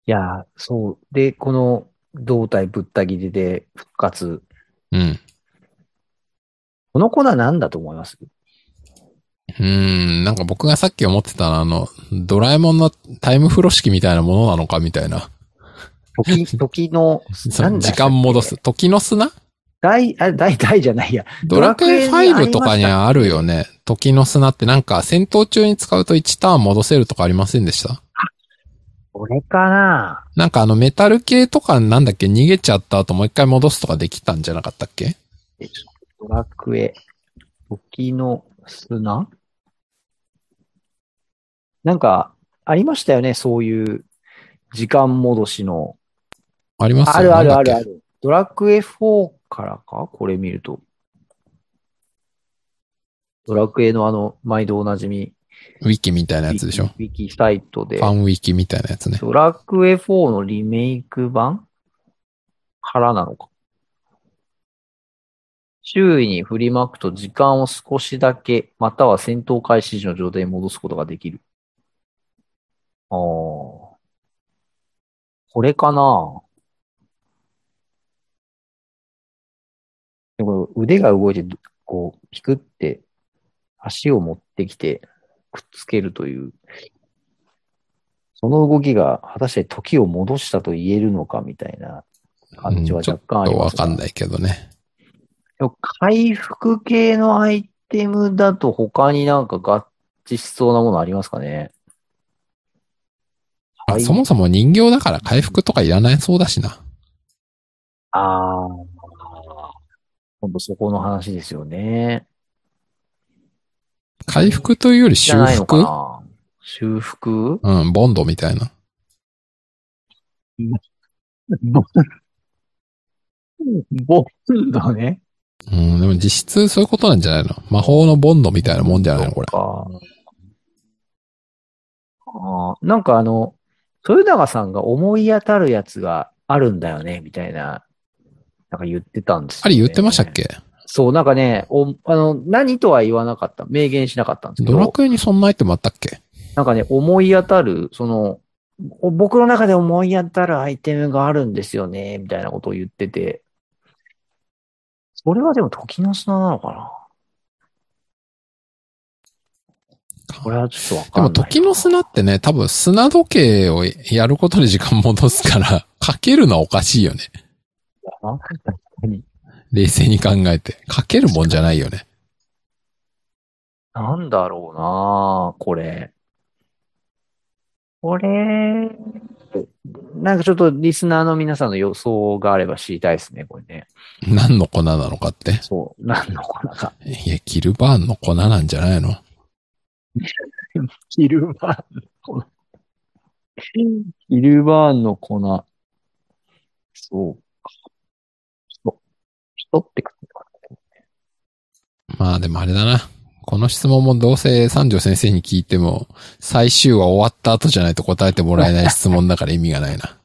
S2: いやー、そう。で、この胴体ぶった切りで復活。
S1: うん。
S2: この粉なんだと思います
S1: うーん、なんか僕がさっき思ってたのはあの、ドラえもんのタイム風呂式みたいなものなのかみたいな。
S2: 時、 時の、
S1: そ
S2: な
S1: の
S2: んだ
S1: 時間戻す。時の砂
S2: 大、あ、大、大じゃないや。
S1: ドラクエ
S2: ドラクエにありました
S1: 5
S2: っけ
S1: とかにあるよね。時の砂ってなんか戦闘中に使うと1ターン戻せるとかありませんでした
S2: これかな
S1: なんかあのメタル系とかなんだっけ逃げちゃった後もう一回戻すとかできたんじゃなかったっけ
S2: ドラクエ、時の砂なんか、ありましたよね、そういう、時間戻しの。
S1: ありますよ
S2: あるあるある
S1: な
S2: あ
S1: んだっ
S2: る。ドラクエ4からかこれ見ると。ドラクエのあの、毎度おなじみ。
S1: けウィキみたいなやつでしょ
S2: ウィキサイトで
S1: フ。ァンウィキみたいなやつね。
S2: ドラクエ4のリメイク版からなのか。周囲に振りまくと時間を少しだけ、または戦闘開始時の状態に戻すことができる。ああ。これかなでも腕が動いて、こう、ピクって、足を持ってきて、くっつけるという。その動きが果たして時を戻したと言えるのかみたいな感じは若干ありま
S1: わ
S2: すが、
S1: かんないけどね。
S2: でも回復系のアイテムだと他になんか合致しそうなものありますかね
S1: あ
S2: はい
S1: そもそも人形だから回復とかいらないそうだしな。
S2: ああ。今度そこの話ですよね。
S1: 回復というより修
S2: じゃないのか
S1: 復
S2: な修復
S1: うん、ボンドみたいな。
S2: ボンドね。
S1: うん、でも実質そういうことなんじゃないの魔法のボンドみたいなもんじゃないのこれ。
S2: か。あーなんかあの、豊永さんが思い当たるやつがあるんだよね、みたいな、なんか言ってたんですよ、ね。
S1: あれ言ってましたっけ
S2: そう、なんかね、おあの何とは言わなかった。明言しなかったんですけ
S1: ドラ
S2: ど、
S1: クエにそんなアイテムあったっけ
S2: なんかね、思い当たる、その、お僕の中で思い当たるアイテムがあるんですよね、みたいなことを言ってて、それはでも時の砂なのかなこれはちょっとわ
S1: で
S2: かん
S1: も
S2: ない。
S1: 時の砂ってね、多分砂時計をやることで時間戻すから、 かけるのはおかしいよね。
S2: な
S1: 冷静に考えて。かけるもんじゃないよね。
S2: なんだろうなこれ。これ、なんかちょっとリスナーの皆さんの予想があれば知りたいですね、これね。
S1: 何の粉なのかって。
S2: そう、なんのかなか。
S1: いや、ギルバーンの粉なんじゃないの
S2: キルバーンの粉。キルバーンの粉。そうか。人。人ってくるのか
S1: まあでもあれだな。この質問もどうせ三条先生に聞いても、最終話終わった後じゃないと答えてもらえない質問だから意味がない な。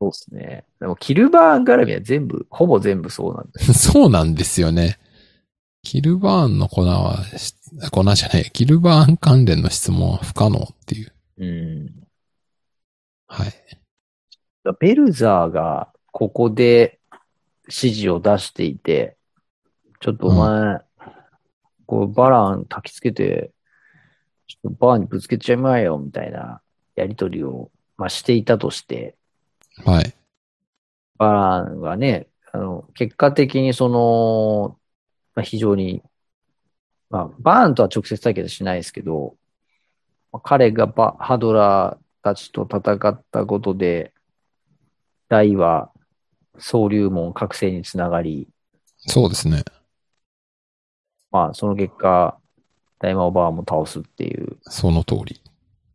S2: そうですね。でも、キルバーン絡みは全部、ほぼ全部そうなんで
S1: そうなんですよね。キルバーンの粉はし、粉じゃない、キルバーン関連の質問は不可能っていう。
S2: うん。
S1: はい。
S2: ベルザーがここで指示を出していて、ちょっとお前、こうバラン焚きつけて、ちょっとバーにぶつけちゃいまえよ、みたいなやりとりを、まあ、していたとして、
S1: はい。
S2: バランがね、あの、結果的にその、まあ、非常に、まあ、バーンとは直接対決はしないですけど、まあ彼がバハドラーたちと戦ったことで、ダイは総流門覚醒につながり、
S1: そうですね。
S2: まあ、その結果、大魔王バーンも倒すっていう、
S1: その通り。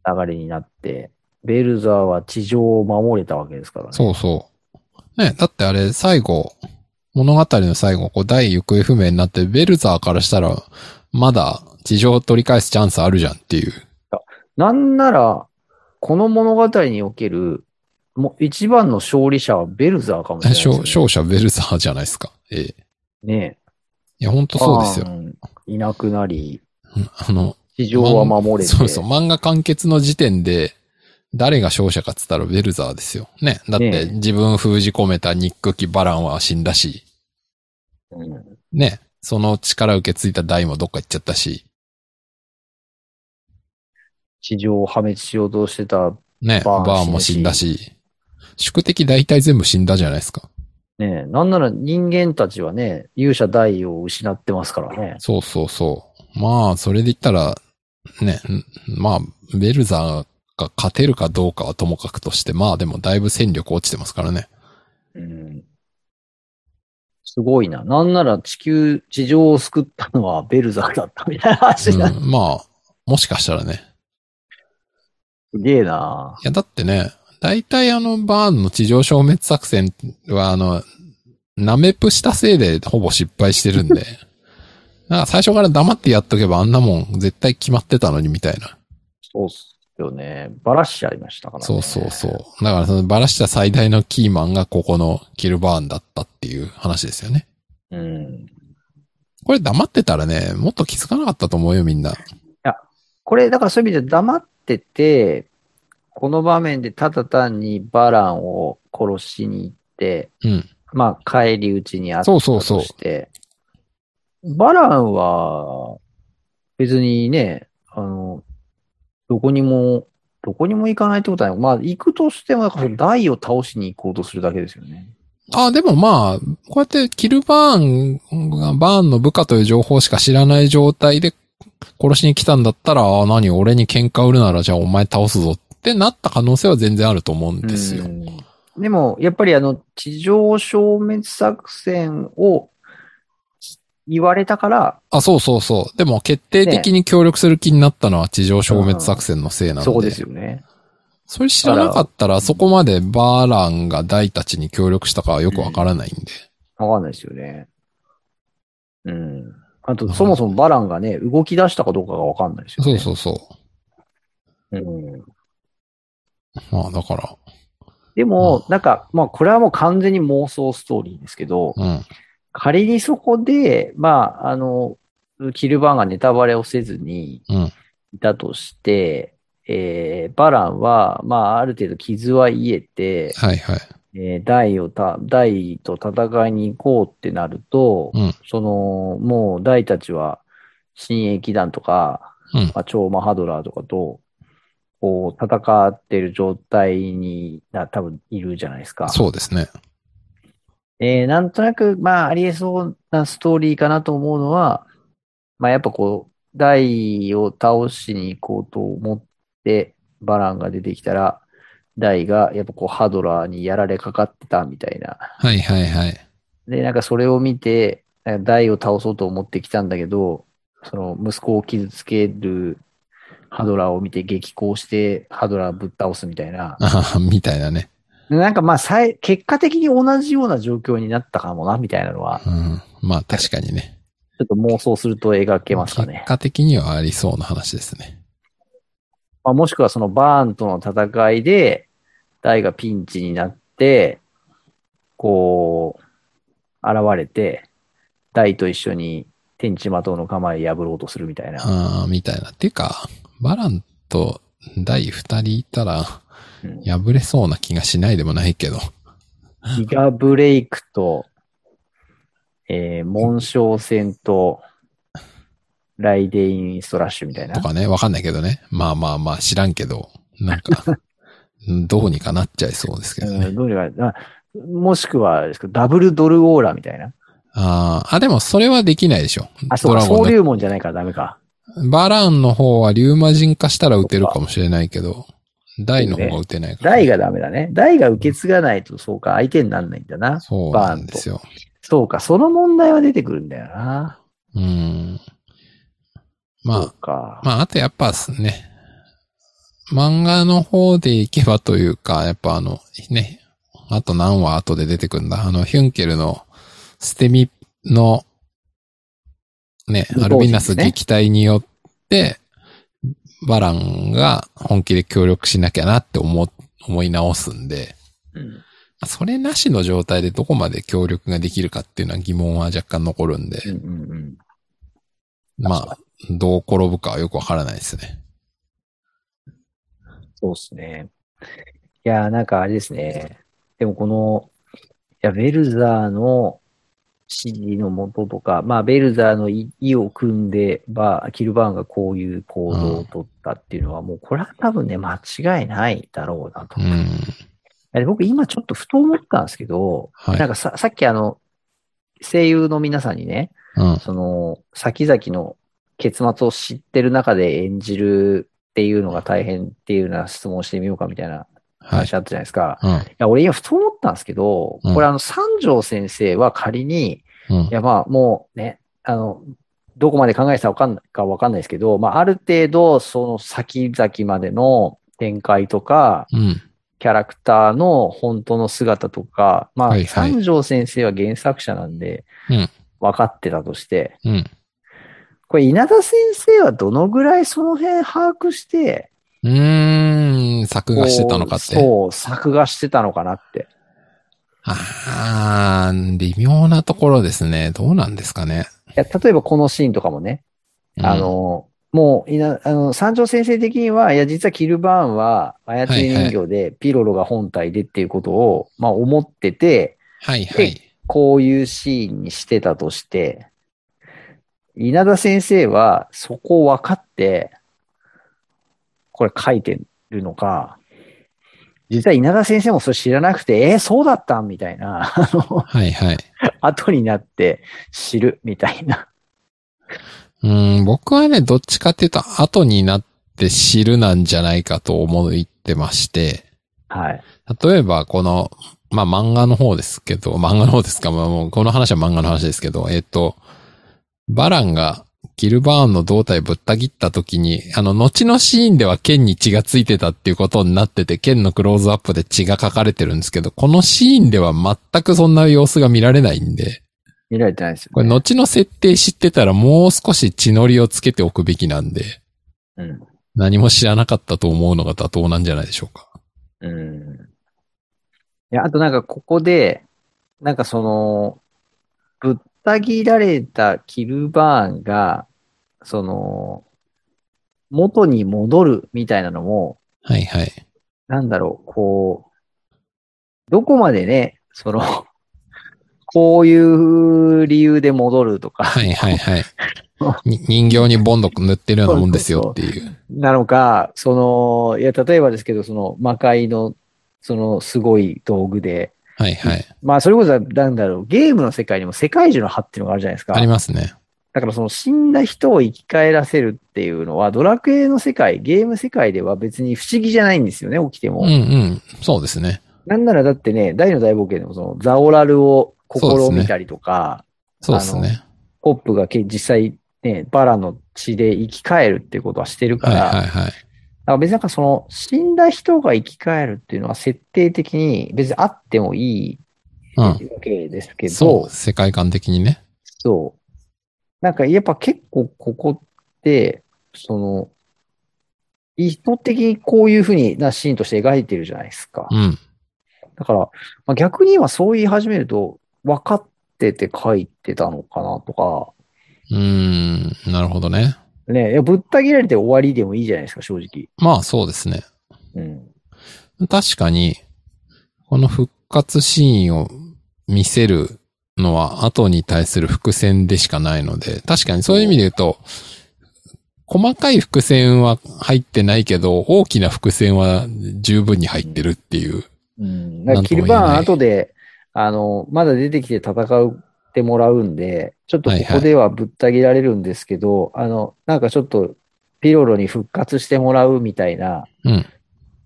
S2: 流れになって、ベルザーは地上を守れたわけですからね。
S1: そうそう。ね、だってあれ、最後、物語の最後、こう、大行方不明になって、ベルザーからしたら、まだ地上を取り返すチャンスあるじゃんっていう。
S2: なんなら、この物語における、もう一番の勝利者はベルザーかもしれないですよね、
S1: 勝勝者ベルザーじゃないですか。ええ。
S2: ね
S1: いや、ほんと
S2: え。
S1: そうですよ。
S2: バーンいなくなり、
S1: うんあの、
S2: 地上は守れて。
S1: そうそう、漫画完結の時点で、誰が勝者かっつったらベルザーですよ。ね。だっ
S2: ね
S1: て
S2: え
S1: 自分封じ込めたニックキ・バランは死んだし、
S2: うん
S1: ね。その力受け継いだ大もどっか行っちゃったし、
S2: 地上を破滅しようとしてた、
S1: ね。
S2: バーン
S1: バーンも死んだし、宿敵大体全部死んだじゃないですか。
S2: ねえ、なんなら人間たちはね、勇者大を失ってますからね。
S1: そうそうそう。まあ、それで言ったら、ね、んまあ、ベルザーが勝てるかどうかはともかくとして、まあでもだいぶ戦力落ちてますからね。
S2: うん。すごいな。なんなら地球、地上を救ったのはベルザーだったみたいな話
S1: う
S2: になる。
S1: ん、まあ、もしかしたらね。
S2: すげえない
S1: や、だってね、大体あの、バーンの地上消滅作戦は、あの、ナメプしたせいでほぼ失敗してるんで、なんか最初から黙ってやっとけばあんなもん絶対決まってたのにみたいな。
S2: そうっすよね。ばらしちゃいましたからね。
S1: そうそうそう。だからそのバラした最大のキーマンがここのキルバーンだったっていう話ですよね。
S2: う。うん。
S1: これ黙ってたらね、もっと気づかなかったと思うよみんな。
S2: これ、だからそういう意味で黙ってて、この場面でただ単にバランを殺しに行って、
S1: うん。
S2: まあ、帰り討ちにあった
S1: そ
S2: と
S1: うそうそう
S2: して、バランは、別にね、あの、どこにも、どこにも行かないってことはない。まあ、行くとしても、台を倒しに行こうとするだけですよね。
S1: あ、でもまあ、こうやってキルバーンがバーンの部下という情報しか知らない状態で殺しに来たんだったら、あ何、俺に喧嘩売るならじゃあお前倒すぞってなった可能性は全然あると思うんですよ
S2: う。んでも、やっぱりあの、地上消滅作戦を言われたから、
S1: あ、そうそうそう。でも決定的に協力する気になったのは地上消滅作戦のせいなので。
S2: そこですよね。
S1: それ知らなかったら、そこまでバーランが大たちに協力したかはよくわからないんで。
S2: わかんないですよね。うん。あと、そもそもバランがね、動き出したかどうかがわかんないですよ
S1: そ
S2: ね。
S1: うそうそ
S2: うん
S1: う。まあだから、
S2: で
S1: うん
S2: も、なんか、まあ、これはもう完全に妄想ストーリーですけど、
S1: うん。
S2: 仮にそこで、まあ、あの、キルバーンがネタバレをせずに
S1: うん。
S2: いたとして、えー、バランは、まあ、ある程度傷は癒えて、
S1: はいはい。
S2: えー、ダイをた、ダイと戦いに行こうってなると、
S1: うん
S2: その、もうダイたちは、新鋭騎団とか、
S1: うん
S2: まあ、超マハドラーとかと、こう、戦ってる状態にな、多分いるじゃないですか。
S1: そうですね。
S2: えーなんとなく、まあ、ありえそうなストーリーかなと思うのは、まあ、やっぱこう、ダイを倒しに行こうと思って、バランが出てきたら、ダイが、やっぱこう、ハドラーにやられかかってたみたいな。
S1: はいはいはい。
S2: で、なんかそれを見て、なんかダイを倒そうと思ってきたんだけど、その息子を傷つけるハドラーを見て激高して、ハドラーぶっ倒すみたいな。
S1: ああ、みたいなね。
S2: でなんかまあ、さい結果的に同じような状況になったかもな、みたいなのは。
S1: うん。まあ確かにね。
S2: ちょっと妄想すると描けましたね
S1: 結。果的にはありそうな話ですね。
S2: まあ、もしくはそのバーンとの戦いで、ダイがピンチになって、こう、現れて、ダイと一緒に天地魔党の構え破ろうとするみたいな。
S1: ああ、みたいな。っていうか、バランと第二人いたら、
S2: うん
S1: 破れそうな気がしないでもないけど。
S2: ギガブレイクと、えー、紋章戦と、ライデインストラッシュみたいな
S1: と。かね、わかんないけどね。まあまあまあ知らんけど、なん か、どうにかなっちゃいそうですけど
S2: う
S1: ね。
S2: ん、どうにかな、もしくはあれですけど、ダブルドルオーラみたいな。
S1: あーあ、でもそれはできないでしょ。
S2: あ、そうか、
S1: ドラゴ
S2: 総
S1: ン
S2: 流門じゃないからダメか。
S1: の。バランの方はリューマ人化したら撃てるかもしれないけど、ダイの方が撃てないから、
S2: 台がダメだね。台が受け継がないと、そうか、相手にならないんだな。
S1: そうなんですよ。
S2: そうか、その問題は出てくるんだよな。
S1: うん。ま
S2: そう
S1: あ、。
S2: か
S1: まああとやっぱね、漫画の方で行けばというか、やっぱあの、ね、あと何話後で出てくんだ。あの、ヒュンケルの捨て身の、ね、
S2: うん
S1: アルビナス
S2: そうですね
S1: 撃退によって、バランが本気で協力しなきゃなって思、思い直すんで、
S2: うん。
S1: それなしの状態でどこまで協力ができるかっていうのは疑問は若干残るんで、
S2: うんうんうん。
S1: まあ、どう転ぶかはよくわからないですね。
S2: そうですね。いやー、なんかあれですね。でもこの、いや、ベルザーの指示のもととか、まあ、ベルザーの意意を組んで、ば、キルバーンがこういう行動を取ったっていうのは、もうこれは多分ね、間違いないだろうなと。
S1: う
S2: い
S1: ん。
S2: やで僕今ちょっとふと思ったんですけど、
S1: はい
S2: なんかさ、さっきあの、声優の皆さんにね、
S1: うん。
S2: その、先々の結末を知ってる中で演じるっていうのが大変っていうような質問をしてみようかみたいな
S1: はい。
S2: 話あったじゃないですか。い、
S1: うん。
S2: や、俺、いや、ふと思ったんですけど、
S1: うん
S2: これあの、三条先生は仮に、
S1: うん
S2: い。や、まあ、もうね、あの、どこまで考えてたかわかんないかわかんないですけど、まあ、ある程度、その先々までの展開とか、
S1: うん。
S2: キャラクターの本当の姿とか、まあ、
S1: はいはい
S2: 三条先生は原作者なんで、
S1: うん
S2: 分かってたとして、
S1: うん。
S2: これ、稲田先生はどのぐらいその辺把握して、
S1: うーん、作画してたのかって。
S2: こうそう、作画してたのかなって。
S1: あー、微妙なところですね。どうなんですかね。
S2: いや、例えばこのシーンとかもね、
S1: うん
S2: あ、の、もう、稲あの、三条先生的には、いや、実はキルバーンは、操り人形で、ピロロが本体でっていうことを、まあ、思ってて、
S1: はいはい。
S2: こういうシーンにしてたとして、稲田先生は、そこを分かって、これ書いてるのか、実は稲田先生もそれ知らなくて、えー、そうだったんみたいな、 あの、
S1: はいはい。
S2: 後になって知るみたいな。
S1: うん、僕はね、どっちかっていうと、後になって知るなんじゃないかと思ってまして、
S2: はい。
S1: 例えばこの、まあ、漫画の方ですけど、 漫画の方ですか、まあ、もうこの話は漫画の話ですけど、えっ、と、バランがギルバーンの胴体ぶった切った時に、あの、後のシーンでは剣に血がついてたっていうことになってて、剣のクローズアップで血が書かれてるんですけど、このシーンでは全くそんな様子が見られないんで、
S2: 見られてないですよ、ね。
S1: これ後の設定知ってたらもう少し血のりをつけておくべきなんで、
S2: うん。
S1: 何も知らなかったと思うのが妥当なんじゃないでしょうか。
S2: うん。いや、あとなんかここで、なんかその、ぶった切られたキルバーンが、その、元に戻るみたいなのも、
S1: はいはい。
S2: なんだろう、こう、どこまでね、その、こういう理由で戻るとか、
S1: はいはい はい。に人形にボンド塗ってるようなもんですよっていう。
S2: なのか、その、いや、例えばですけど、その、魔界の、その、すごい道具で、
S1: はいはい。
S2: まあ、それこそ、なんだろう、ゲームの世界にも世界中の歯っていうのがあるじゃないですか。
S1: ありますね。
S2: だから、その死んだ人を生き返らせるっていうのは、ドラクエの世界、ゲーム世界では別に不思議じゃないんですよね、起きても。
S1: うんうん。そうですね。
S2: なんならだってね、大の大冒険でも、その、ザオラルを試みたりとか、
S1: そうですね。
S2: コップがけ実際、ね、バラの血で生き返るってことはしてるか
S1: はい
S2: ら、
S1: はいはい。
S2: だから別になんかその、死んだ人が生き返るっていうのは設定的に別にあってもいいわ
S1: う
S2: けですけ
S1: ん。
S2: ど、
S1: そう。世界観的にね。
S2: そう。なんかやっぱ結構ここって、その、意図的にこういうふうになシーンとして描いてるじゃないですか
S1: う。ん。
S2: だから、まあ、逆に今そう言い始めると、分かってて書いてたのかなとか、
S1: うーん。なるほどね。
S2: ね、いやぶった切られて終わりでもいいじゃないですか、正直。
S1: まあそうですね。
S2: うん。
S1: 確かに、この復活シーンを見せるのは後に対する伏線でしかないので、確かにそういう意味で言うと、細かい伏線は入ってないけど、大きな伏線は十分に入ってるっていう。
S2: うん。
S1: なんとも言えない
S2: キルバーン後で、あの、まだ出てきて戦う。ってもらうんで、ちょっとここではぶった切られるんですけど、あの、なんかちょっとピロロに復活してもらうみたいな、
S1: うん。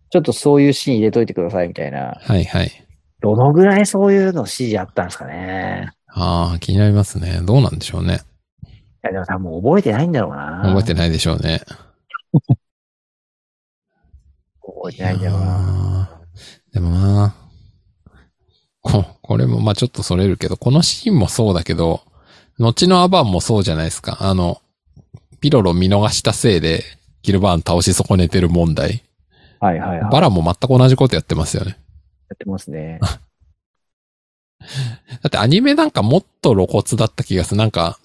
S2: ちょっとそういうシーン入れといてくださいみたいな。
S1: はいはい。
S2: どのぐらいそういうの指示あったんですかね。
S1: ああ、気になりますね。どうなんでしょうね。
S2: いや、でも多分覚えてないんだろうな。
S1: 覚えてないでしょうね。
S2: 覚えて
S1: や
S2: ないんだよな。
S1: ーでもな、こ、これも、まあちょっとそれるけど、このシーンもそうだけど、後のアバンもそうじゃないですか。あの、ピロロ見逃したせいで、ギルバーン倒し損ねてる問題。
S2: はいはいはい。
S1: バラも全く同じことやってますよね。
S2: やってます ね。
S1: だってアニメなんかもっと露骨だった気がする。なんか、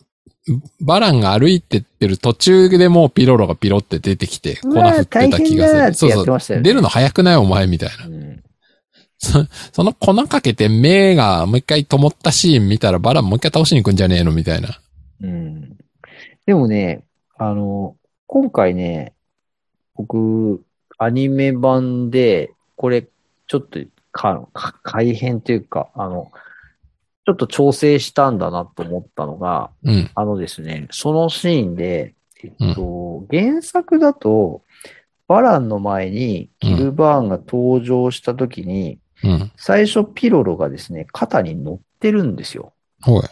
S1: バランが歩いてってる途中でもうピロロがピロって出てきて、粉
S2: うわー
S1: 振ってた気がす
S2: 大変だーっ
S1: る。
S2: て
S1: そう
S2: やってました
S1: そ
S2: よ
S1: う。
S2: ね
S1: 出るの早くないお前みたいな。
S2: うん。
S1: そその粉かけて目がもう一回灯ったシーン見たらバランもう一回倒しに行くんじゃねえのみたいな。
S2: うん。でもね、あの、今回ね、僕、アニメ版で、これ、ちょっとか、か、改変というか、あの、ちょっと調整したんだなと思ったのが、
S1: うん。
S2: あのですね、そのシーンで、えっと、原作だと、バランの前に、キルバーンが登場した時に、
S1: うん。
S2: 最初ピロロがですね、肩に乗ってるんですよ。
S1: ほうや。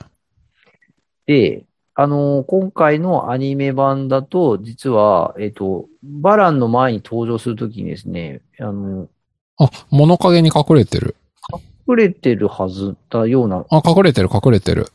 S2: で、あのー今回のアニメ版だと、実は、えっと、バランの前に登場するときにですね、あのー、
S1: あ、物陰に隠れてる。
S2: 触れてるはずだような、
S1: あ、隠れてる隠れてる。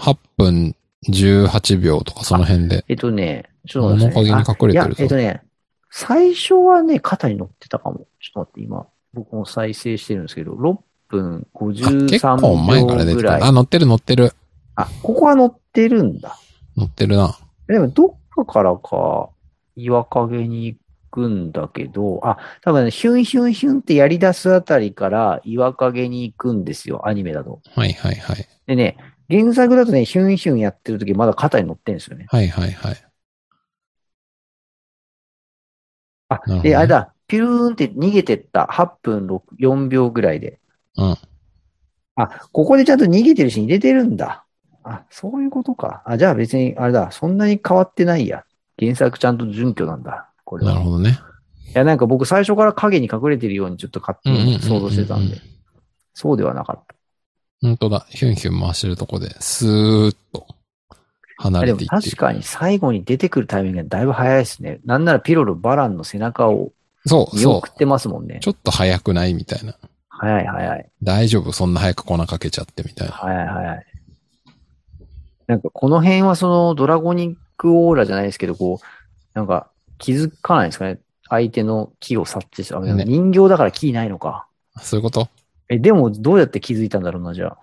S1: 8分18秒とかその辺で。
S2: えっとね、ちょっと待
S1: 物
S2: ってく
S1: 陰に隠れ
S2: ださいねい
S1: て
S2: や
S1: る、ぞ
S2: えっとね、最初はね、肩に乗ってたかも。ちょっと待って、今、僕も再生してるんですけど、6分
S1: あ結構前から出
S2: 53秒
S1: て
S2: ぐ
S1: た。
S2: ら
S1: あ、
S2: い。
S1: 乗ってる乗ってる。
S2: あ、ここは乗ってるんだ。
S1: 乗ってるな。
S2: でも、どっかからか、岩陰に行くんだけど、あ、多分ね、ヒュンヒュンヒュンってやり出すあたりから岩陰に行くんですよ、アニメだと。
S1: はいはいはい。
S2: でね、原作だとね、ヒュンヒュンやってる時まだ肩に乗ってんですよね。
S1: はいはいはい。
S2: あ
S1: なるほど、ね
S2: で、あれだ、ピューンって逃げてった、8分6 4秒ぐらいで。
S1: うん。
S2: あ、ここでちゃんと逃げてるシーン入れてるんだ。あ、そういうことか。あ、じゃあ別に、あれだ、そんなに変わってないや。原作ちゃんと準拠なんだ。これは
S1: なるほどね。
S2: いや、なんか僕最初から影に隠れてるようにちょっと勝手
S1: うんうんうんうんう
S2: に
S1: ん
S2: 想像してたんで。そうではなかった。
S1: 本当だ。ヒュンヒュン回してるとこで、スーッと離
S2: あで
S1: れ
S2: も
S1: ていって
S2: 確かに最後に出てくるタイミングがだいぶ早いですね。なんならピロロバランの背中を
S1: そう
S2: 見
S1: そ
S2: 送ってますもん
S1: う。
S2: ね
S1: ち。ょっと早くないみたいな。
S2: 早い早い。
S1: 大丈夫そんな早く粉かけちゃってみたいな。
S2: 早い早い。なんかこの辺はそのドラゴニックオーラじゃないですけど、こう、なんか気づかないですかね。相手の木を察知した。あ
S1: ね
S2: 人形だから木ないのか。
S1: そういうこと
S2: え、でもどうやって気づいたんだろうな、じゃ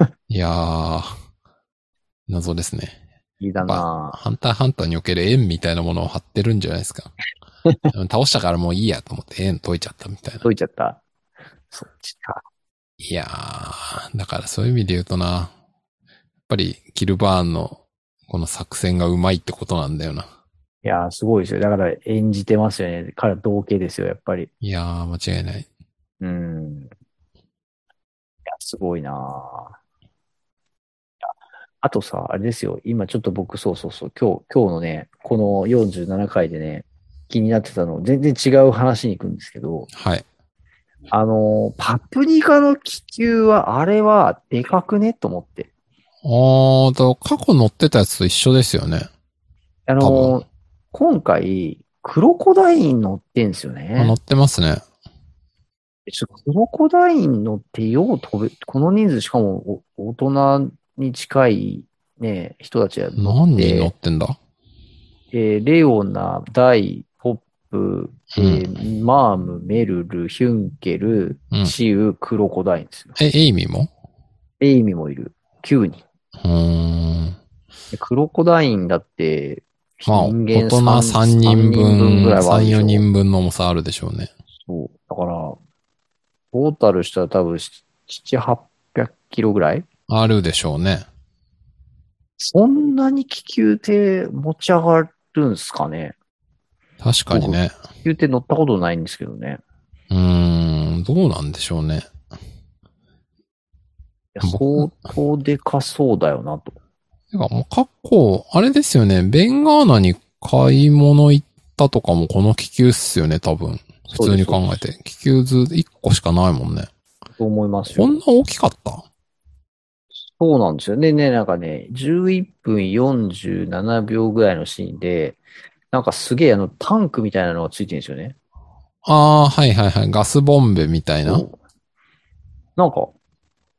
S2: あ。
S1: いやー、謎ですね。
S2: 気づいたな
S1: ハンターハンターにおける縁みたいなものを張ってるんじゃないです か。でも倒したからもういいやと思って縁解いちゃったみたいな。
S2: 解いちゃった。そっちか。
S1: いやー、だからそういう意味で言うとな、やっぱりキルバーンのこの作戦がうまいってことなんだよな。
S2: いやー、すごいですよ。だから演じてますよね。彼は同系ですよ、やっぱり。
S1: いやー、間違いない。
S2: うん。いや、すごいなーいやあとさ、あれですよ。今ちょっと僕、そうそうそう。今日、今日のね、この47回でね、気になってたの、全然違う話に行くんですけど、
S1: はい。
S2: あのーパプニカの気球は、あれは、でかくねと思って。
S1: あーと、過去乗ってたやつと一緒ですよね。
S2: あ
S1: 多
S2: のー
S1: 分
S2: 今回、クロコダイン乗ってんすよね。
S1: あ乗ってますね。
S2: ちょっとクロコダイン乗ってよう飛べ、この人数しかもお大人に近いね、人たちが乗っ、
S1: 何人乗っててんだ
S2: えーレオナ、ダイ、ポップ、えーマーム、メルル、ヒュンケル、
S1: うん
S2: チウ、クロコダインですよ。
S1: え、エイミーも
S2: エイミもいる。9人。
S1: うーん。
S2: でクロコダインだって、
S1: まあ、
S2: 人
S1: 大
S2: 間
S1: 人
S2: 三
S1: 3人
S2: 三
S1: 分、
S2: ぐらいはある
S1: 3、
S2: でしょ
S1: 4人分の重さあるでしょうね。
S2: そう。だから、トータルしたら多分7、800キロぐらい
S1: あるでしょうね。
S2: そんなに気球って持ち上がるんすかね
S1: 確かにね。
S2: 気球って乗ったことないんですけどね。
S1: うーん、どうなんでしょうね。
S2: いや相
S1: 僕
S2: 当でかそうだよなと。
S1: てか、もう過去、あれですよね。ベンガーナに買い物行ったとかもこの気球っすよね、多分。普通に考えて。気球図1個しかないもんね。
S2: と思います
S1: こ
S2: よ
S1: ん。な大きかった
S2: そうなんですよ。でね、なんかね、11分47秒ぐらいのシーンで、なんかすげえあのタンクみたいなのがついてるんですよね。
S1: ああ、はいはいはい。ガスボンベみたいな。
S2: なんか、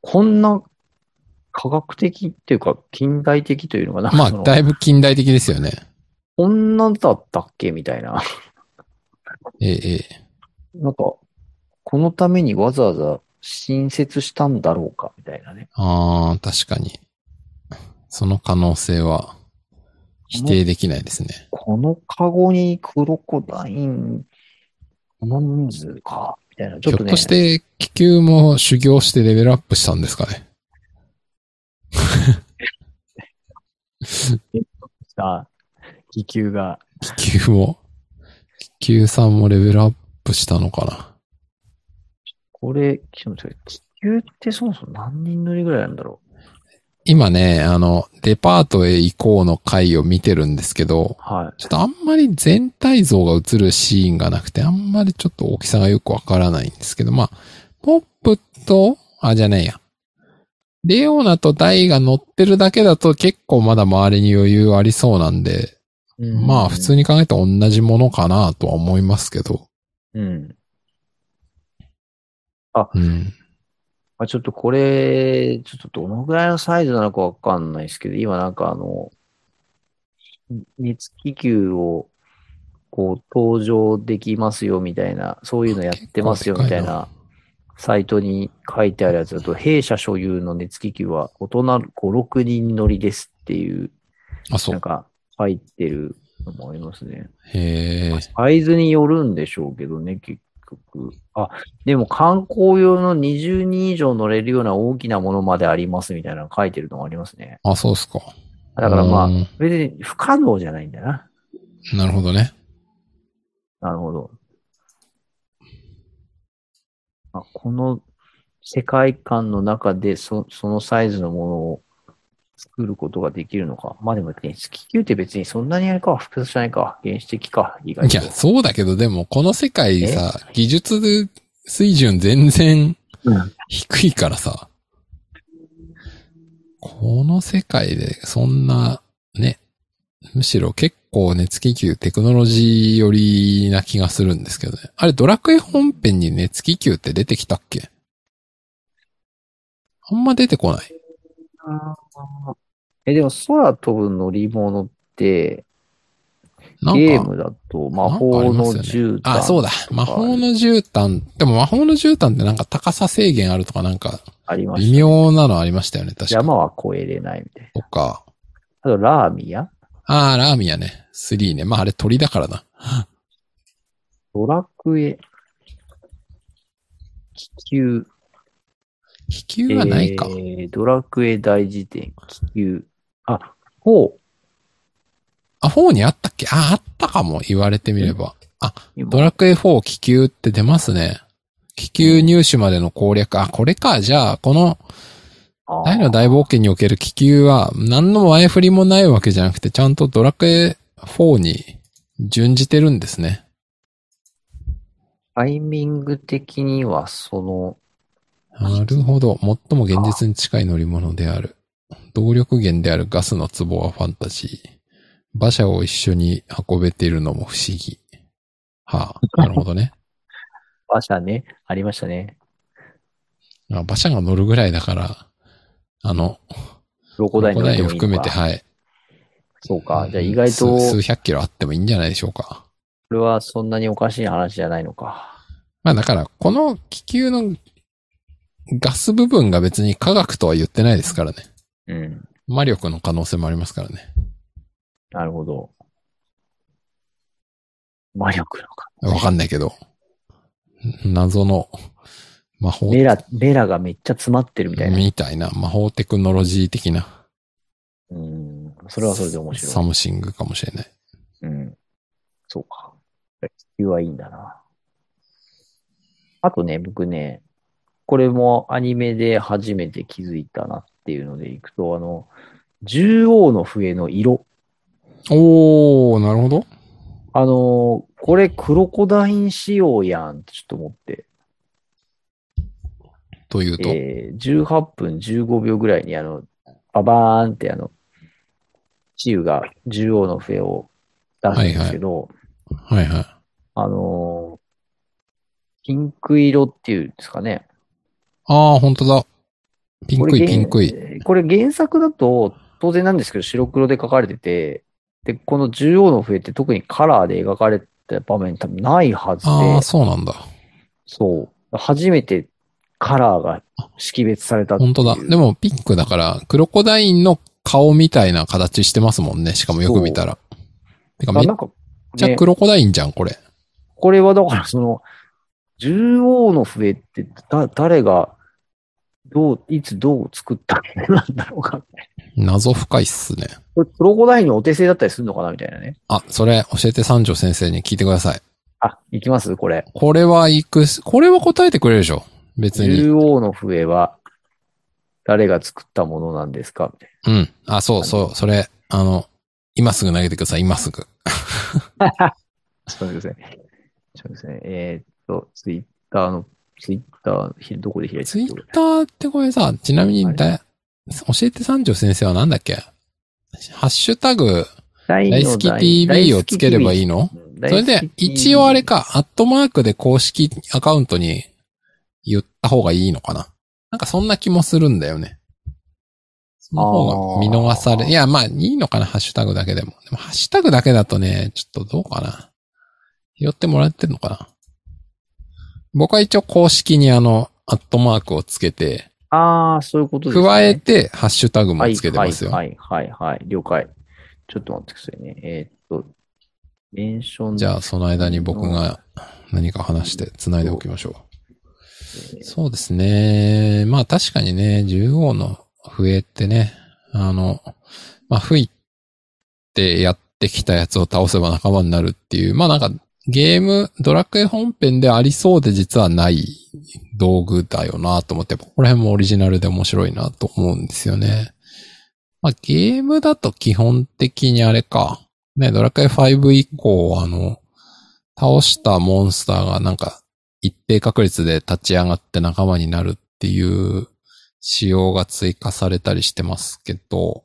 S2: こんな科学的っていうか近代的というのがなんか
S1: まあ、
S2: その
S1: だいぶ近代的ですよね。
S2: こんなだったっけみたいな。
S1: ええ、ええ。
S2: なんか、このためにわざわざ新設したんだろうかみたいなね。
S1: ああ、確かに。その可能性は否定できないですね。
S2: このカゴにクロコダイン、この人数かみたいな。ちょっ
S1: ひ
S2: と
S1: ょっ
S2: ね
S1: と、して気球も修行してレベルアップしたんですか ね。
S2: した気球が。
S1: 気球も。気球さんもレベルアップしたのかな。
S2: これ、ちょっと待って気球ってそもそも何人乗りぐらいなんだろう
S1: 今ね、あの、デパートへ行こうの回を見てるんですけど、
S2: はい。
S1: ちょっとあんまり全体像が映るシーンがなくて、あんまりちょっと大きさがよくわからないんですけど、まあ、ポップと、あ、じゃないや。レオナとダイが乗ってるだけだと結構まだ周りに余裕ありそうなんで、まあ普通
S2: に。
S1: に考えて同じものかなとは思いますけど。
S2: うん。
S1: うん。
S2: まあ、ちょっとこれ、ちょっとどのぐらいのサイズなのかわかんないですけど、今なんかあの、熱気球を、こう、登場できますよみたいな、そういうのやってますよみたい
S1: 結構でかい
S2: な、サイトに書いてあるやつだと、弊社所有の熱気球は大人5、6人乗りですっていう、
S1: あ、そ
S2: なん
S1: う。
S2: か入ってるのもありますね。
S1: へえ。
S2: サイズによるんでしょうけどね、結局。あ、でも観光用の20人以上乗れるような大きなものまでありますみたいなの書いてるのもありますね。
S1: あ、そうっすか。
S2: だからま
S1: う
S2: あ、
S1: ん
S2: 別に不可能じゃないんだな。
S1: なるほどね。
S2: なるほど。あこの世界観の中でそそのサイズのものを作ることができるのか。まあでも、ね、気球って別にそんなにあれか、複雑じゃないか、原始的か、意外
S1: い
S2: と
S1: や、そうだけど、でも、この世界さ、技術水準全然
S2: うん
S1: 低いからさ、この世界で、そんな、ね、むしろ結構熱気球テクノロジー寄りな気がするんですけどね。あれ、ドラクエ本編に熱気球って出てきたっけあんま出てこない。
S2: え、でも空飛ぶ乗り物って、
S1: なんか、
S2: ゲームだと魔法の銃
S1: あ、そうだ。魔法の絨毯。でも魔法の絨毯ってなんか高さ制限あるとかなんか
S2: ありま
S1: 微
S2: した。
S1: 妙なのありましたよね、確か。
S2: 山は越えれないみたいな。
S1: とか。
S2: あと、ラーミア
S1: あー、ラーミアね。3ね。まああれ鳥だからな。
S2: ドラクエ。気球。
S1: 気球はないか。
S2: えードラクエ大辞典、気球。あ、ほう。
S1: あ、4にあったっけあ、あったかも、言われてみれば。あ、
S2: 今
S1: ドラクエ4気球って出ますね。気球入手までの攻略。あ、これか。じゃあ、この、
S2: あー
S1: 大の大冒険における気球は、何の前振りもないわけじゃなくて、ちゃんとドラクエ4に準じてるんですね。
S2: タイミング的には、その、
S1: なるほど。最も現実に近い乗り物である。動力源であるガスの壺はファンタジー。馬車を一緒に運べているのも不思議。はあ、なるほどね。
S2: 馬車ね、ありましたね。
S1: あ馬車が乗るぐらいだから、あの、
S2: ロコダイン
S1: コ
S2: 乗
S1: ダイ
S2: れて
S1: ンを
S2: もいいのか
S1: 含めて、はい。
S2: そうか。じゃあ意外
S1: うん
S2: と、
S1: 数数百キロあってもいいんじゃないでしょうか。
S2: これはそんなにおかしい話じゃないのか。
S1: まあだから、この気球のガス部分が別に科学とは言ってないですからね。
S2: うん。
S1: 魔力の可能性もありますからね。
S2: なるほど。魔力のか。
S1: わかんないけど。謎の魔法
S2: ベラ、ベラがめっちゃ詰まってるみたいな。
S1: みたいな魔法テクノロジー的な
S2: うん。それはそれで面
S1: サ
S2: 白い。
S1: ムシングかもしれない。
S2: うん。そうか。気球はいいんだな。あとね、僕ね、これもアニメで初めて気づいたなっていうのでいくと、あの、獣王の笛の色。
S1: おー、なるほど。
S2: あのーこれクロコダイン仕様やんってちょっと思って。
S1: というと、
S2: えー、18分15秒ぐらいにあの、ババーンってあの、チウが獣王の笛を出すんですけど、
S1: はいはい。
S2: あのピンク色っていうんですかね。
S1: ああ、本当だ。ピン
S2: こ
S1: ク
S2: れ
S1: い、ピ
S2: 原
S1: ンクい。
S2: これ原作だと、当然なんですけど、白黒で描かれてて、で、この中央の笛って特にカラーで描かれた場面多分ないはずで、
S1: ああ、そうなんだ。
S2: そう。初めてカラーが識別されたってい
S1: 本
S2: う
S1: 当だ。でも、ピンクだから、クロコダインの顔みたいな形してますもんね。しかもよく見たら。てか、め
S2: あ
S1: っ
S2: なんか、
S1: ちゃ
S2: ね
S1: クロコダインじゃん、これ。
S2: これはだからその、中央の笛ってだ誰が、どう、いつどう作ったのなんだろうか。
S1: 謎深いっすね。
S2: これクロコダインのお手製だったりするのかなみたいなね。
S1: あ、それ、教えて三条先生に聞いてください。
S2: あ、いきますこれ。
S1: これは行くし、これは答えてくれるでしょ別に。
S2: 中央の笛は、誰が作ったものなんですかみたい
S1: うん。あ、そうそう、それ、あの、今すぐ投げてください、今すぐ。
S2: な。ちょっと待ってください。ちょっとですね。えーっと、ツイッターの、ツイッターひ、どこで開いて
S1: ツイ
S2: る
S1: ッターってこれさ、ちなみにだ、教えて三条先生はなんだっけハッシュタグ、
S2: 大
S1: 大好き TV をつければいいのそれで、一応あれ。か、アットマークで公式アカウントに言った方がいいのかななんかそんな気もするんだよね。その方が見逃さ
S2: あ
S1: れ、
S2: ー
S1: いや、まあ、いいのかな、ハッシュタグだけでも。でも、ハッシュタグだけだとね、ちょっとどうかな。拾ってもらってるのかな僕は一応公式にあの、アットマークをつけて、
S2: ああ、そういうことですね。
S1: 加えて、ハッシュタグもつけてますよ。
S2: はい、はい、はい、はい。了解。ちょっと待ってくださいね。えーっと、メンション。
S1: じゃあ、その間に僕が何か話して繋いでおきましょう。そうですね。まあ確かにね、10号の笛ってね、あの、まあ吹いてやってきたやつを倒せば仲間になるっていう、まあなんかゲーム、ドラクエ本編でありそうで実はない道具だよなと思って、ここら辺もオリジナルで面白いなと思うんですよね。まあゲームだと基本的にあれか。ね、ドラクエ5以降、あの、倒したモンスターがなんか一定確率で立ち上がって仲間になるっていう仕様が追加されたりしてますけど、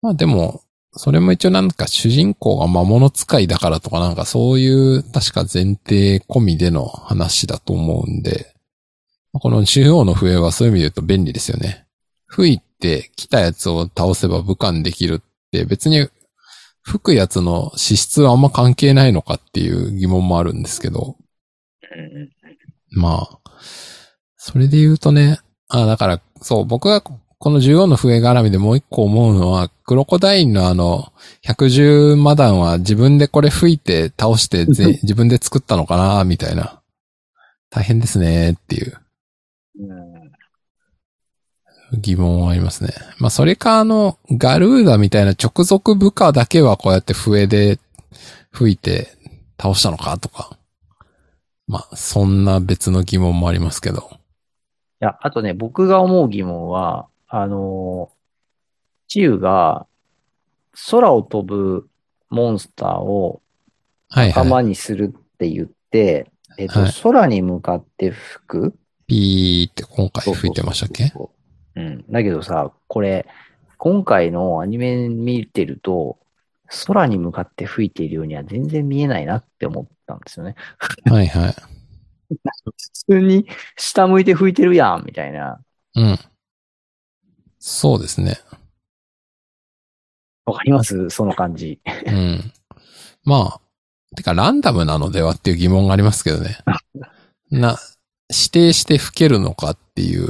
S1: まあでも、それも一応なんか主人公が魔物使いだからとかなんかそういう確か前提込みでの話だと思うんで、この中央の笛はそういう意味で言うと便利ですよね。吹いて来たやつを倒せば武漢できるって別に吹くやつの資質はあんま関係ないのかっていう疑問もあるんですけど、
S2: うん
S1: まあ、それで言うとね、あだから、そう、僕がここの14の笛絡みでもう一個思うのは、クロコダインのあの、110マダンは自分でこれ吹いて倒してぜ 自分で作ったのかな、みたいな。大変ですね、っていう
S2: うん
S1: 疑問はありますね。まあ、それかあの、ガルーダみたいな直属部下だけはこうやって笛で吹いて倒したのか、とか。まあ、そんな別の疑問もありますけど。
S2: いや、あとね、僕が思う疑問は、あのー、チウが空を飛ぶモンスターを
S1: はいはい。
S2: 頭にするって言って、えっと、
S1: はい
S2: 空に向かって吹く
S1: ピーって今回吹いてましたっけ
S2: そうそうそううん。だけどさ、これ、今回のアニメ見てると、空に向かって吹いているようには全然見えないなって思ったんですよね。
S1: はいはい。
S2: 普通に下向いて吹いてるやん、みたいな。
S1: うん。そうですね。
S2: わかりますその感じ。
S1: うん。まあ、てかランダムなのではっていう疑問がありますけど ね。な、指定して吹けるのかっていう